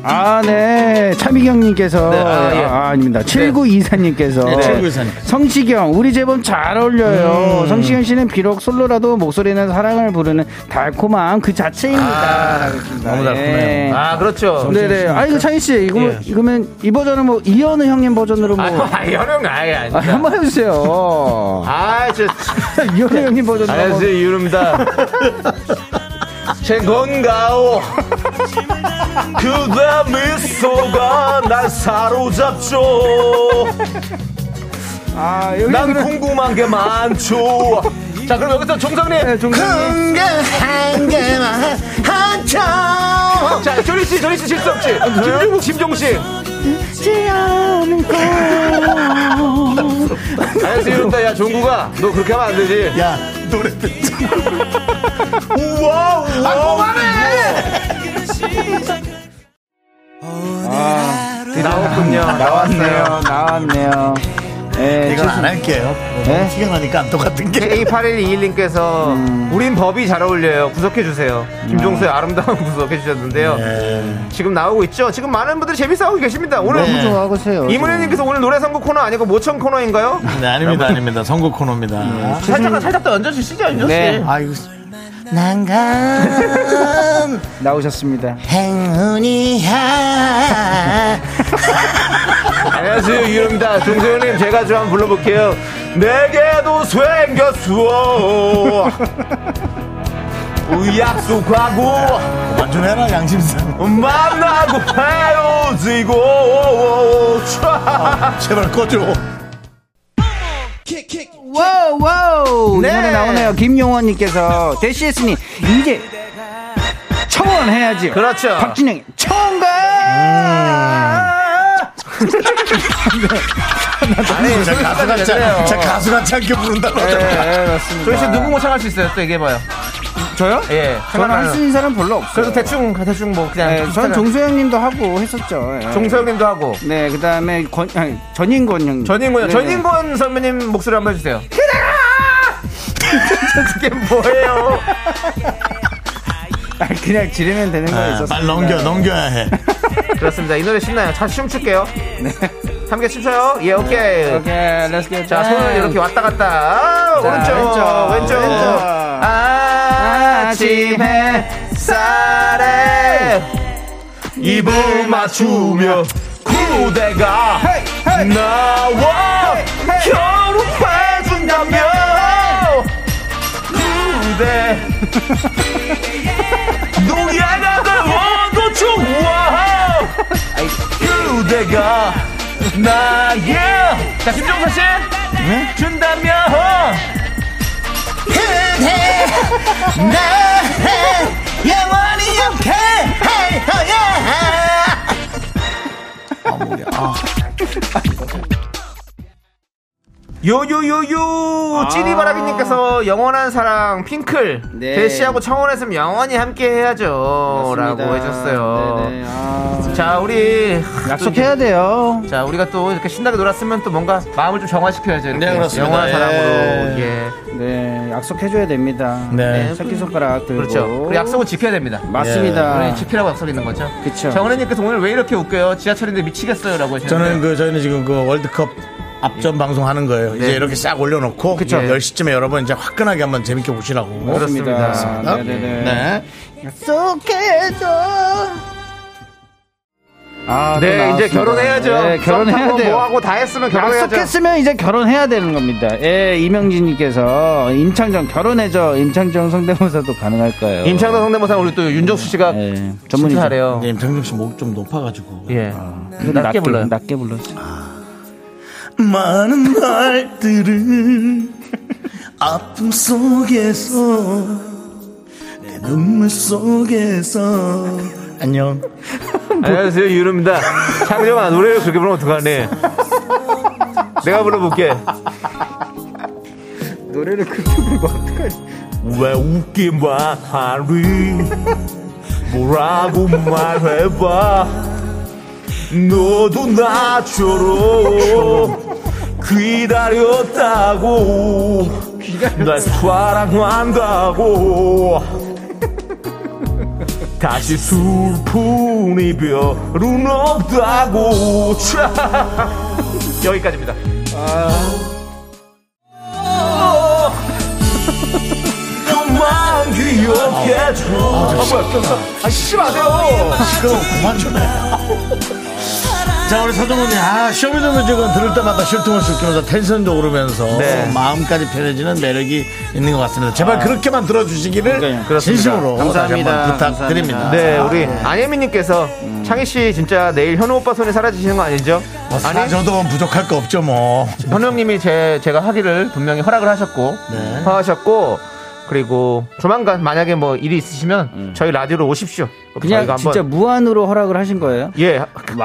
S6: 아, 네. 차미경님께서.
S2: 네, 아, 예.
S6: 아, 닙니다 7924님께서.
S2: 네,
S1: 7924님.
S6: 성시경, 우리 제법 잘 어울려요.
S2: 음.
S6: 성시경 씨는 비록 솔로라도 목소리는 사랑을 부르는 달콤함 그 자체입니다. 라고 했습니다.
S1: 너무 달콤해요.
S6: 예.
S2: 아, 그렇죠.
S6: 네네. 아, 이거 창희 씨, 이거,
S1: 예.
S6: 이거면 이 버전은 뭐, 이현우 형님 버전으로 뭐. 아,
S2: 아, 여름 아예 아니.
S6: 한번 해주세요.
S2: 아, 진짜.
S6: 이현우 형님 버전으로. 한번.
S2: 안녕하세요 이유름다 제 건가오 그대 미소가 날 사로잡죠
S6: 아, 여기
S2: 난
S6: 그럼-
S2: 궁금한 게 많죠 자 그럼 여기서
S6: 네,
S2: 종성님
S6: 종상님.
S2: 자 조리씨 조리씨 실수 없이 김종국 김종씨 안녕하세요 이름다 야 종국아 너 그렇게 하면 안 되지
S1: 야, 노래 듣자.
S6: 나왔군요. 나왔네요. 나왔네요. 예,
S1: 이건 안 할게요.
S6: 네?
S1: 티가 나니까 안 똑같은 게.
S2: K8121님께서
S1: 음.
S2: 우린 법이 잘 어울려요. 구속해주세요. 김종수의 아름다운 구속해주셨는데요.
S1: 네.
S2: 지금 나오고 있죠? 지금 많은 분들 재밌어 하고 계십니다. 오늘
S1: 네.
S6: 하고 세요.
S2: 이문혜님께서 오늘 노래 선곡 코너 아니고 모청 코너인가요?
S1: 네, 아닙니다, 아닙니다. 선곡 코너입니다.
S2: 살짝, 살짝 더 얹어주시죠, 윤정씨.
S6: 네.
S1: 네. 아, 이거. 난간
S6: 나오셨습니다.
S1: 행운이야.
S2: 안녕하세요, 유입니다 종세호님, 제가 좀 한번 불러볼게요. 내게도 생겼어. 약속하고.
S1: 그만 좀 해라, 양심상.
S2: 만나고 헤어지고
S1: 제발 꺼줘.
S6: 와우 와우
S2: 네.
S6: 이 노래 나오네요. 김용원님께서 대시했으니 이제 청원 해야지.
S2: 그렇죠
S6: 박진영 청가.
S1: 아니, 저 가수 같지 않, 저 가수 같지 않게 부른다고.
S6: 네.
S1: 하잖아.
S2: 네, 저희씨 누구 모창할 수 있어요? 또 얘기해봐요
S6: 저요?
S2: 예
S6: 저는 할 수 있는 사람 별로 없어요.
S2: 그래서 대충 대충 뭐 그냥
S6: 네, 저는 종소영님도 하고 했었죠. 예.
S2: 종서영님도 하고
S6: 네, 그 다음에 권, 아니, 전인권 형님.
S2: 전인권요
S6: 네.
S2: 전인권 선배님 목소리 한번 해주세요 그게 뭐예요
S6: 아, 그냥 지르면
S2: 네,
S6: 되는 거
S1: 아,
S6: 있었어요.
S1: 빨리 넘겨, 넘겨야 해.
S2: 그렇습니다 이 노래 신나요 자 춤출게요 함께 춤춰요 예 네. 오케이
S6: 오케이, 렛츠 겟.
S2: 자 손을 이렇게 왔다 갔다 아, 오른쪽
S6: 왼쪽,
S2: 왼쪽, 네.
S6: 왼쪽.
S2: 아침
S6: 네.
S2: 햇살에 입을 맞추며 그대가 나와 결혼해준다며 그대 노래가 더워도 좋아 그대가 나의 자 김종서 씨 준다면 요요요요 찌리바라기님께서 영원한 사랑 핑클
S6: 아. 네.
S2: 대시하고 청혼했으면 영원히 함께 해야죠 라고 해줬어요
S6: 네네. 아,
S2: 자 우리
S6: 약속해야 돼요.
S2: 자 우리가 또 이렇게 신나게 놀았으면 또 뭔가 마음을 좀 정화시켜야죠 이렇게
S1: 네, 그렇습니다.
S2: 영원한 사랑으로
S1: 예.
S2: 예
S6: 네, 약속해줘야 됩니다.
S1: 네.
S6: 새끼손가락 들고.
S2: 그렇죠 그리고 약속은 지켜야 됩니다
S6: 맞습니다.
S2: 우리 지키라고 약속 있는 거죠
S6: 그쵸.
S2: 정은혜님께서 오늘 왜 이렇게 웃겨요 지하철인데 미치겠어요 라고 하셨는데
S1: 저는 그 저희는 지금 그 월드컵 앞전 방송 하는 거예요. 이제
S2: 네.
S1: 이렇게 싹 올려놓고
S2: 그쵸.
S1: 10시쯤에 여러분 이제 화끈하게 한번 재밌게
S6: 그렇죠.
S1: 보시라고.
S2: 그렇습니다.
S6: 그렇습니다. 네네네.
S1: 네.
S6: 아, 또
S2: 네 이제
S6: 나왔습니다.
S2: 결혼해야죠
S6: 네, 결혼해야
S2: 썸타고
S6: 돼요.
S2: 뭐하고 다 했으면 결혼해야죠
S6: 약속했으면 이제 결혼해야 되는 겁니다. 예, 이명진님께서 임창정 결혼해줘. 임창정 성대모사도 가능할까요?
S2: 임창정 성대모사 우리 또 윤정수 씨가
S6: 예,
S2: 전문이
S6: 전문이죠.
S2: 잘해요.
S1: 네, 임창정 씨목 좀 높아가지고.
S2: 예.
S6: 그래도
S2: 낮게 불러요. 아,
S6: 낮게 불렀죠.
S1: 많은 날들을 아픔 속에서 내 눈물 속에서 안녕.
S2: 안녕하세요 유루입니다. 창정아 노래를 그렇게 부르면 어떡하니? 내가 불러볼게.
S6: 노래를 그렇게 불고 어떡하지?
S2: 왜 웃기만 하니? 뭐라고 말해봐. 너도 나처럼 기다렸다고. 날 사랑한다고. 다시 슬픈 이별은 없다고. 여기까지입니다. 좀만 기억해줘. 아, 뭐야, 꼈어. 아, 씨, 마세요.
S1: 시끄러워 그만 좀 해. 자 우리 서정훈이 아 쇼미더뮤직은 들을 때마다 실통을 시키면서 텐션도 오르면서
S2: 네.
S1: 마음까지 편해지는 매력이 있는 것 같습니다. 제발 그렇게만 들어주시기를
S6: 아. 그러니까요.
S1: 진심으로
S6: 감사합니다.
S1: 다시 한번 부탁드립니다.
S2: 네, 음. 우리 안혜민님께서 창희 씨 진짜 내일 현우 오빠 손에 어, 사라지시는 거 아니죠?
S1: 뭐
S2: 아니,
S1: 사저도 부족할 거 없죠 뭐.
S2: 현우 형님이 제, 제가 하기를 분명히 허락을 하셨고,
S1: 네.
S2: 허하셨고, 그리고 조만간 만약에 뭐 일이 있으시면 저희 라디오로 오십시오. 그럼
S6: 그냥
S2: 저희가
S6: 진짜 무한으로 허락을 하신 거예요?
S2: 예,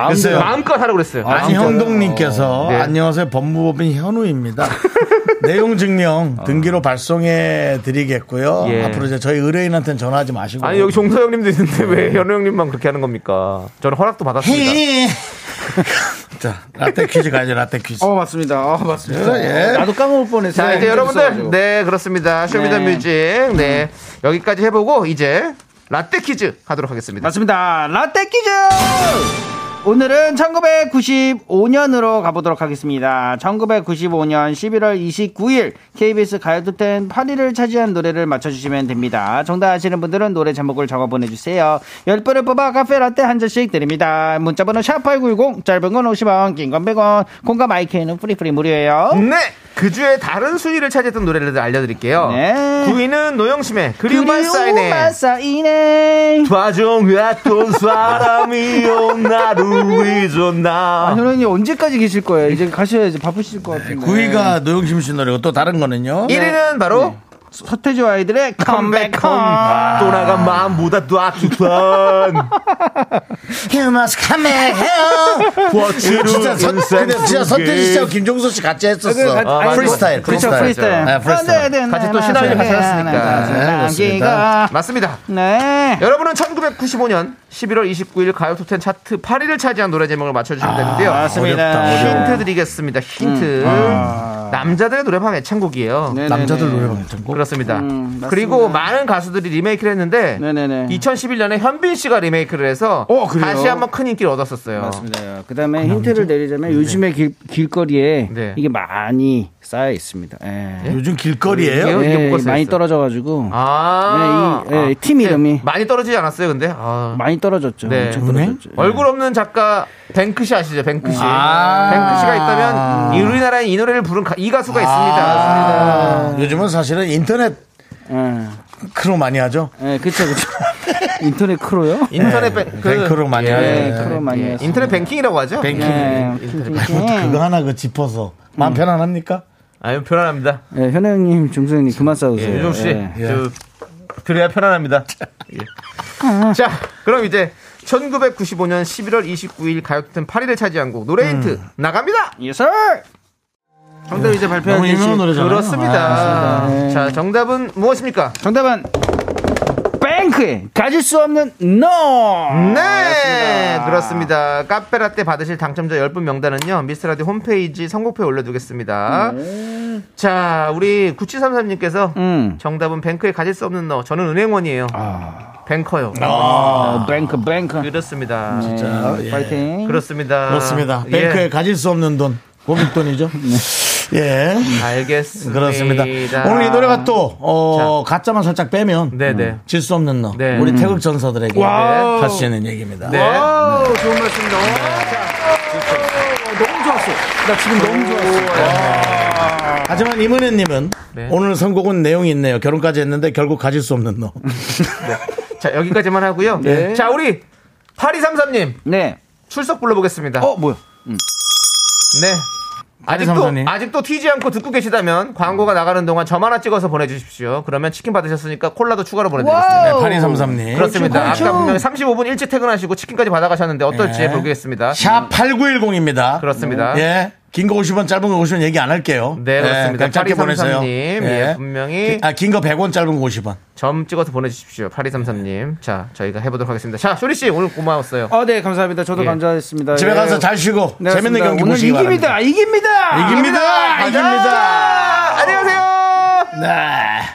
S1: 글쎄요.
S2: 마음껏 하라고 그랬어요.
S6: 아, 진짜요? 어.
S1: 안형동님께서
S2: 네.
S1: 안녕하세요 법무법인 현우입니다. 내용 증명
S6: 어.
S1: 등기로 발송해 드리겠고요.
S2: 예.
S1: 앞으로 이제 저희 의뢰인한테는 전화하지 마시고.
S2: 아니, 여기 종서 네.
S1: 예,
S2: 형님도 있는데 왜 현우 형님만 그렇게 하는 겁니까? 저는 허락도 받았습니다.
S1: 히 예. 자, 라떼 퀴즈가 아니라 라떼 퀴즈.
S6: 어 맞습니다. 어
S2: 네,
S6: 맞습니다.
S1: 예.
S6: 나도 까먹을 뻔했어요.
S2: 자, 이제
S6: 재밌어가지고.
S2: 여러분들. 네, 그렇습니다. 쇼미더뮤직. 네. 여기까지 해보고, 이제 라떼 퀴즈 하도록 하겠습니다.
S6: 맞습니다. 라떼 퀴즈! 오늘은 1995년으로 가보도록 하겠습니다. 1995년 11월 29일 KBS 가요톱텐 8위를 차지한 노래를 맞춰주시면 됩니다. 정답 아시는 분들은 노래 제목을 적어 보내주세요. 10분을 뽑아 카페 라떼 한 잔씩 드립니다. 문자번호 샵8910 짧은 건 50원 긴 건 100원 콩과 마이크는 프리프리 무료예요.
S2: 네. 그 주에 다른 순위를 차지했던 노래를 알려드릴게요.
S6: 네.
S2: 9위는 노영심의 그리움만 쌓이네.
S6: 쌓이네.
S2: 좌정했던 사람이요 나를
S6: 아,
S2: 잊었나
S6: 현원이 언제까지 계실 거예요? 이제 가셔야지 바쁘실 것 같은데.
S1: 구이가 노영심 씨 노래고 또 다른 거는요.
S2: 1위는 바로
S6: 서태지 아이들의
S2: 컴백홈 아,
S6: 컴백홈.
S2: 떠나간 마음보다 놔두던
S1: You must come back home. 이거 진짜 선, 근데 진짜 선태지 씨하고 김종서 씨 같이 했었어.
S2: 아, 맞아.
S1: 프리스타일,
S2: 그렇죠,
S1: 프리스타일.
S2: 프리스타일.
S1: 네, 프리스타일.
S2: 같이 또 시나리오 같이 하셨으니까.
S1: 네, 그렇습니다.
S2: 맞습니다
S6: 네.
S2: 여러분은 1995년 11월 29일 가요 톱10 차트 8위를 차지한 노래 제목을 맞춰주시면 되는데요
S6: 맞습니다.
S1: 어렵다, 어려워.
S2: 힌트 드리겠습니다 힌트 남자들의 노래방 애창곡이에요
S6: 네네네.
S1: 남자들 노래방 참고.
S2: 그렇습니다
S6: 음, 맞습니다.
S2: 그리고 많은 가수들이 리메이크를 했는데
S6: 네네네.
S2: 2011년에 현빈 씨가 리메이크를 해서
S6: 어, 그래요?
S2: 다시 한번 큰 인기를 얻었었어요.
S6: 맞습니다. 그다음에 힌트를 내리자면 요즘에 길, 길거리에
S2: 아, 네.
S6: 이게 많이 쌓여 있습니다. 예.
S1: 요즘 길거리에요?
S2: 이게
S6: 예,
S2: 뭐가 쌓여
S6: 많이
S2: 있어요?
S6: 떨어져가지고
S2: 아,
S6: 네, 이- 예, 팀 이름이.
S2: 네, 많이 떨어지지 않았어요, 근데 아.
S6: 많이 떨어졌죠.
S2: 네.
S6: 엄청
S1: 은행?
S6: 떨어졌죠. 예.
S2: 얼굴 없는 작가 뱅크시 아시죠? 뱅크시.
S1: 아.
S2: 뱅크시가 있다면 이 우리나라에 이 노래를 부른 가- 이
S6: 아.
S2: 가수가 있습니다.
S1: 요즘은 사실은 인터넷
S6: 예.
S1: 크로 많이 하죠.
S6: 예, 그쵸 그쵸. 인터넷 크로요?
S2: 인터넷
S1: 네,
S2: 뱅-
S1: 뱅크로 많이 하죠.
S6: 예,
S1: 네.
S6: 크로 많이
S2: 예,
S6: 했어요.
S2: 인터넷 뱅킹이라고 하죠? 네.
S1: 뱅킹.
S6: 예,
S1: 그거 하나 그 짚어서 마음 편안합니까?
S2: 아유 편안합니다.
S6: 예, 현우 형님, 중수 형님 그만 싸우세요.
S2: 예, 유종 씨,
S6: 예.
S2: 저, 그래야 편안합니다. 예. 자, 그럼 이제 1995년 11월 29일 가요톱텐 8위를 차지한 곡 노래 힌트 나갑니다.
S6: 예설! 정답 이제 발표해
S1: 너무
S6: 주시
S1: 유명한 노래잖아요.
S2: 그렇습니다.
S6: 네.
S2: 자, 정답은 무엇입니까?
S6: 정답은 뱅크에 가질 수 없는 NO!
S2: 네, 그렇습니다. 카페라떼 받으실 당첨자 10분 명단은요, 미스터라디 홈페이지 선곡표에 올려두겠습니다. 자, 우리 9733님께서
S6: 음.
S2: 정답은 뱅크에 가질 수 없는 너. 저는 은행원이에요. 뱅커요.
S6: 어, 뱅크, 뱅크.
S2: 그렇습니다.
S6: 진짜.
S1: 아. 네. 예.
S6: 파이팅.
S2: 음. 그렇습니다.
S1: 그렇습니다.
S2: 예,
S1: 뱅크에 가질 수 없는 돈. 고민돈이죠. 예.
S2: 알겠습니다.
S1: 그렇습니다. 오늘 이 노래가 음. 또, 어, 가짜만 살짝 빼면.
S2: 네네.
S1: 질 수 없는 너.
S2: 네.
S1: 우리 태국 전사들에게
S2: 와우.
S1: 바치는 얘기입니다.
S2: 네.
S6: 오, 좋은 말씀입니다. 오, 너무 좋았어. 나 지금 너무 좋았어.
S1: 하지만 이문혜님은
S2: 네.
S1: 오늘 선곡은 내용이 있네요. 결혼까지 했는데 결국 가질 수 없는 너.
S2: 자, 여기까지만 하고요.
S6: 네.
S2: 자, 우리 8233님.
S6: 네.
S2: 출석 불러보겠습니다.
S6: 어, 뭐야?
S1: 음.
S2: 네. 아직도
S1: 삼선이.
S2: 아직도 튀지 않고 듣고 계시다면 광고가 나가는 동안 점 하나 찍어서 보내주십시오. 그러면 치킨 받으셨으니까 콜라도 추가로 보내드리겠습니다. 네.
S6: 와우.
S1: 8233님.
S2: 그렇습니다.
S6: 그렇죠,
S2: 아까 분명히
S6: 그렇죠.
S2: 35분 일찍 퇴근하시고 치킨까지 받아가셨는데 어떨지
S1: 네.
S2: 보겠습니다.
S1: 샵 8910입니다.
S2: 그렇습니다.
S1: 예. 긴 거 50원, 짧은 거 50원 얘기 안 할게요. 예,
S2: 네, 그렇습니다.
S1: 그냥 짧게
S2: 8233
S1: 보내세요.
S2: 님, 예, 분명히.
S1: 아, 긴 거 100원, 짧은 거 50원.
S2: 점 찍어서 보내주십시오. 8233님. 자, 저희가 해보도록 하겠습니다. 자, 쇼리씨 오늘 고마웠어요.
S6: 아, 네, 감사합니다. 저도
S2: 예.
S6: 감사했습니다.
S1: 집에
S6: 예.
S1: 가서 잘 쉬고
S6: 네,
S1: 재밌는
S6: 맞습니다.
S1: 경기
S6: 오늘
S1: 보시기
S6: 이깁니다.
S1: 바랍니다.
S6: 이깁니다.
S1: 이깁니다. 이깁니다.
S2: 아, 안녕히 가세요.
S1: 네.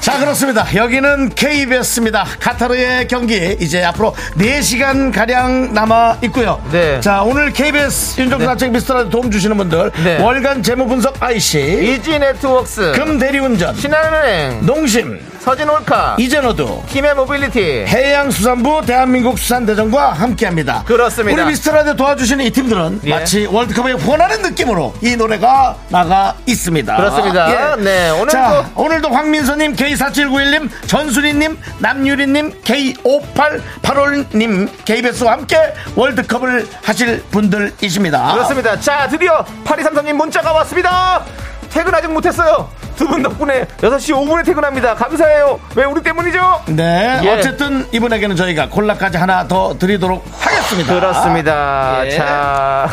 S1: 자 그렇습니다. 여기는 KBS입니다. 카타르의 경기 이제 앞으로 4시간 가량 남아 있고요.
S2: 네.
S1: 자 오늘 KBS 윤정수 남창 미스터라도 도움 주시는 분들
S2: 네.
S1: 월간 재무 분석 IC
S2: 이지 네트웍스.
S1: 금 대리운전
S2: 신한은행.
S1: 농심
S2: 서진 올카.
S1: 이젠어두
S2: 김해 모빌리티.
S1: 해양수산부 대한민국 수산대전과 함께합니다.
S2: 그렇습니다.
S1: 우리 미스터라디오 도와주시는 이 팀들은
S2: 예.
S1: 마치 월드컵에 후원하는 느낌으로 이 노래가 나가 있습니다. 예.
S2: 그렇습니다. 네, 오늘도-
S1: 자, 오늘도 황민서님, K4791님, 전수리님, 남유리님, K5885님, KBS와 함께 월드컵을 하실 분들이십니다.
S2: 그렇습니다. 자, 드디어 8233님 문자가 왔습니다. 퇴근 아직 못했어요. 두 분 덕분에 6시 5분에 퇴근합니다. 감사해요. 왜 우리 때문이죠?
S1: 네,
S2: 예.
S1: 어쨌든 이분에게는 저희가 콜라까지 하나 더 드리도록 하겠습니다. 예.
S2: 그렇습니다. 아, 자.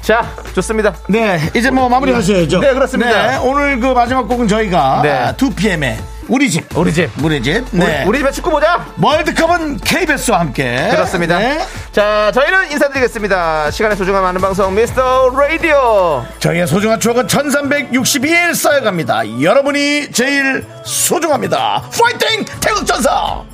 S2: 자, 좋습니다.
S1: 네, 이제 뭐 마무리 하셔야죠.
S2: 네, 그렇습니다.
S1: 네, 오늘 그 마지막 곡은 저희가
S2: 네.
S1: 2PM의 우리 집.
S2: 우리 집.
S1: 우리 집. 네.
S2: 우리 집에 축구 보자.
S1: 월드컵은 KBS와 함께.
S2: 그렇습니다.
S1: 네.
S2: 자, 저희는 인사드리겠습니다. 시간의 소중함 아는 방송 미스터 라디오.
S1: 저희의 소중한 추억은 1362일 쌓여갑니다. 여러분이 제일 소중합니다. 파이팅! 태극전사!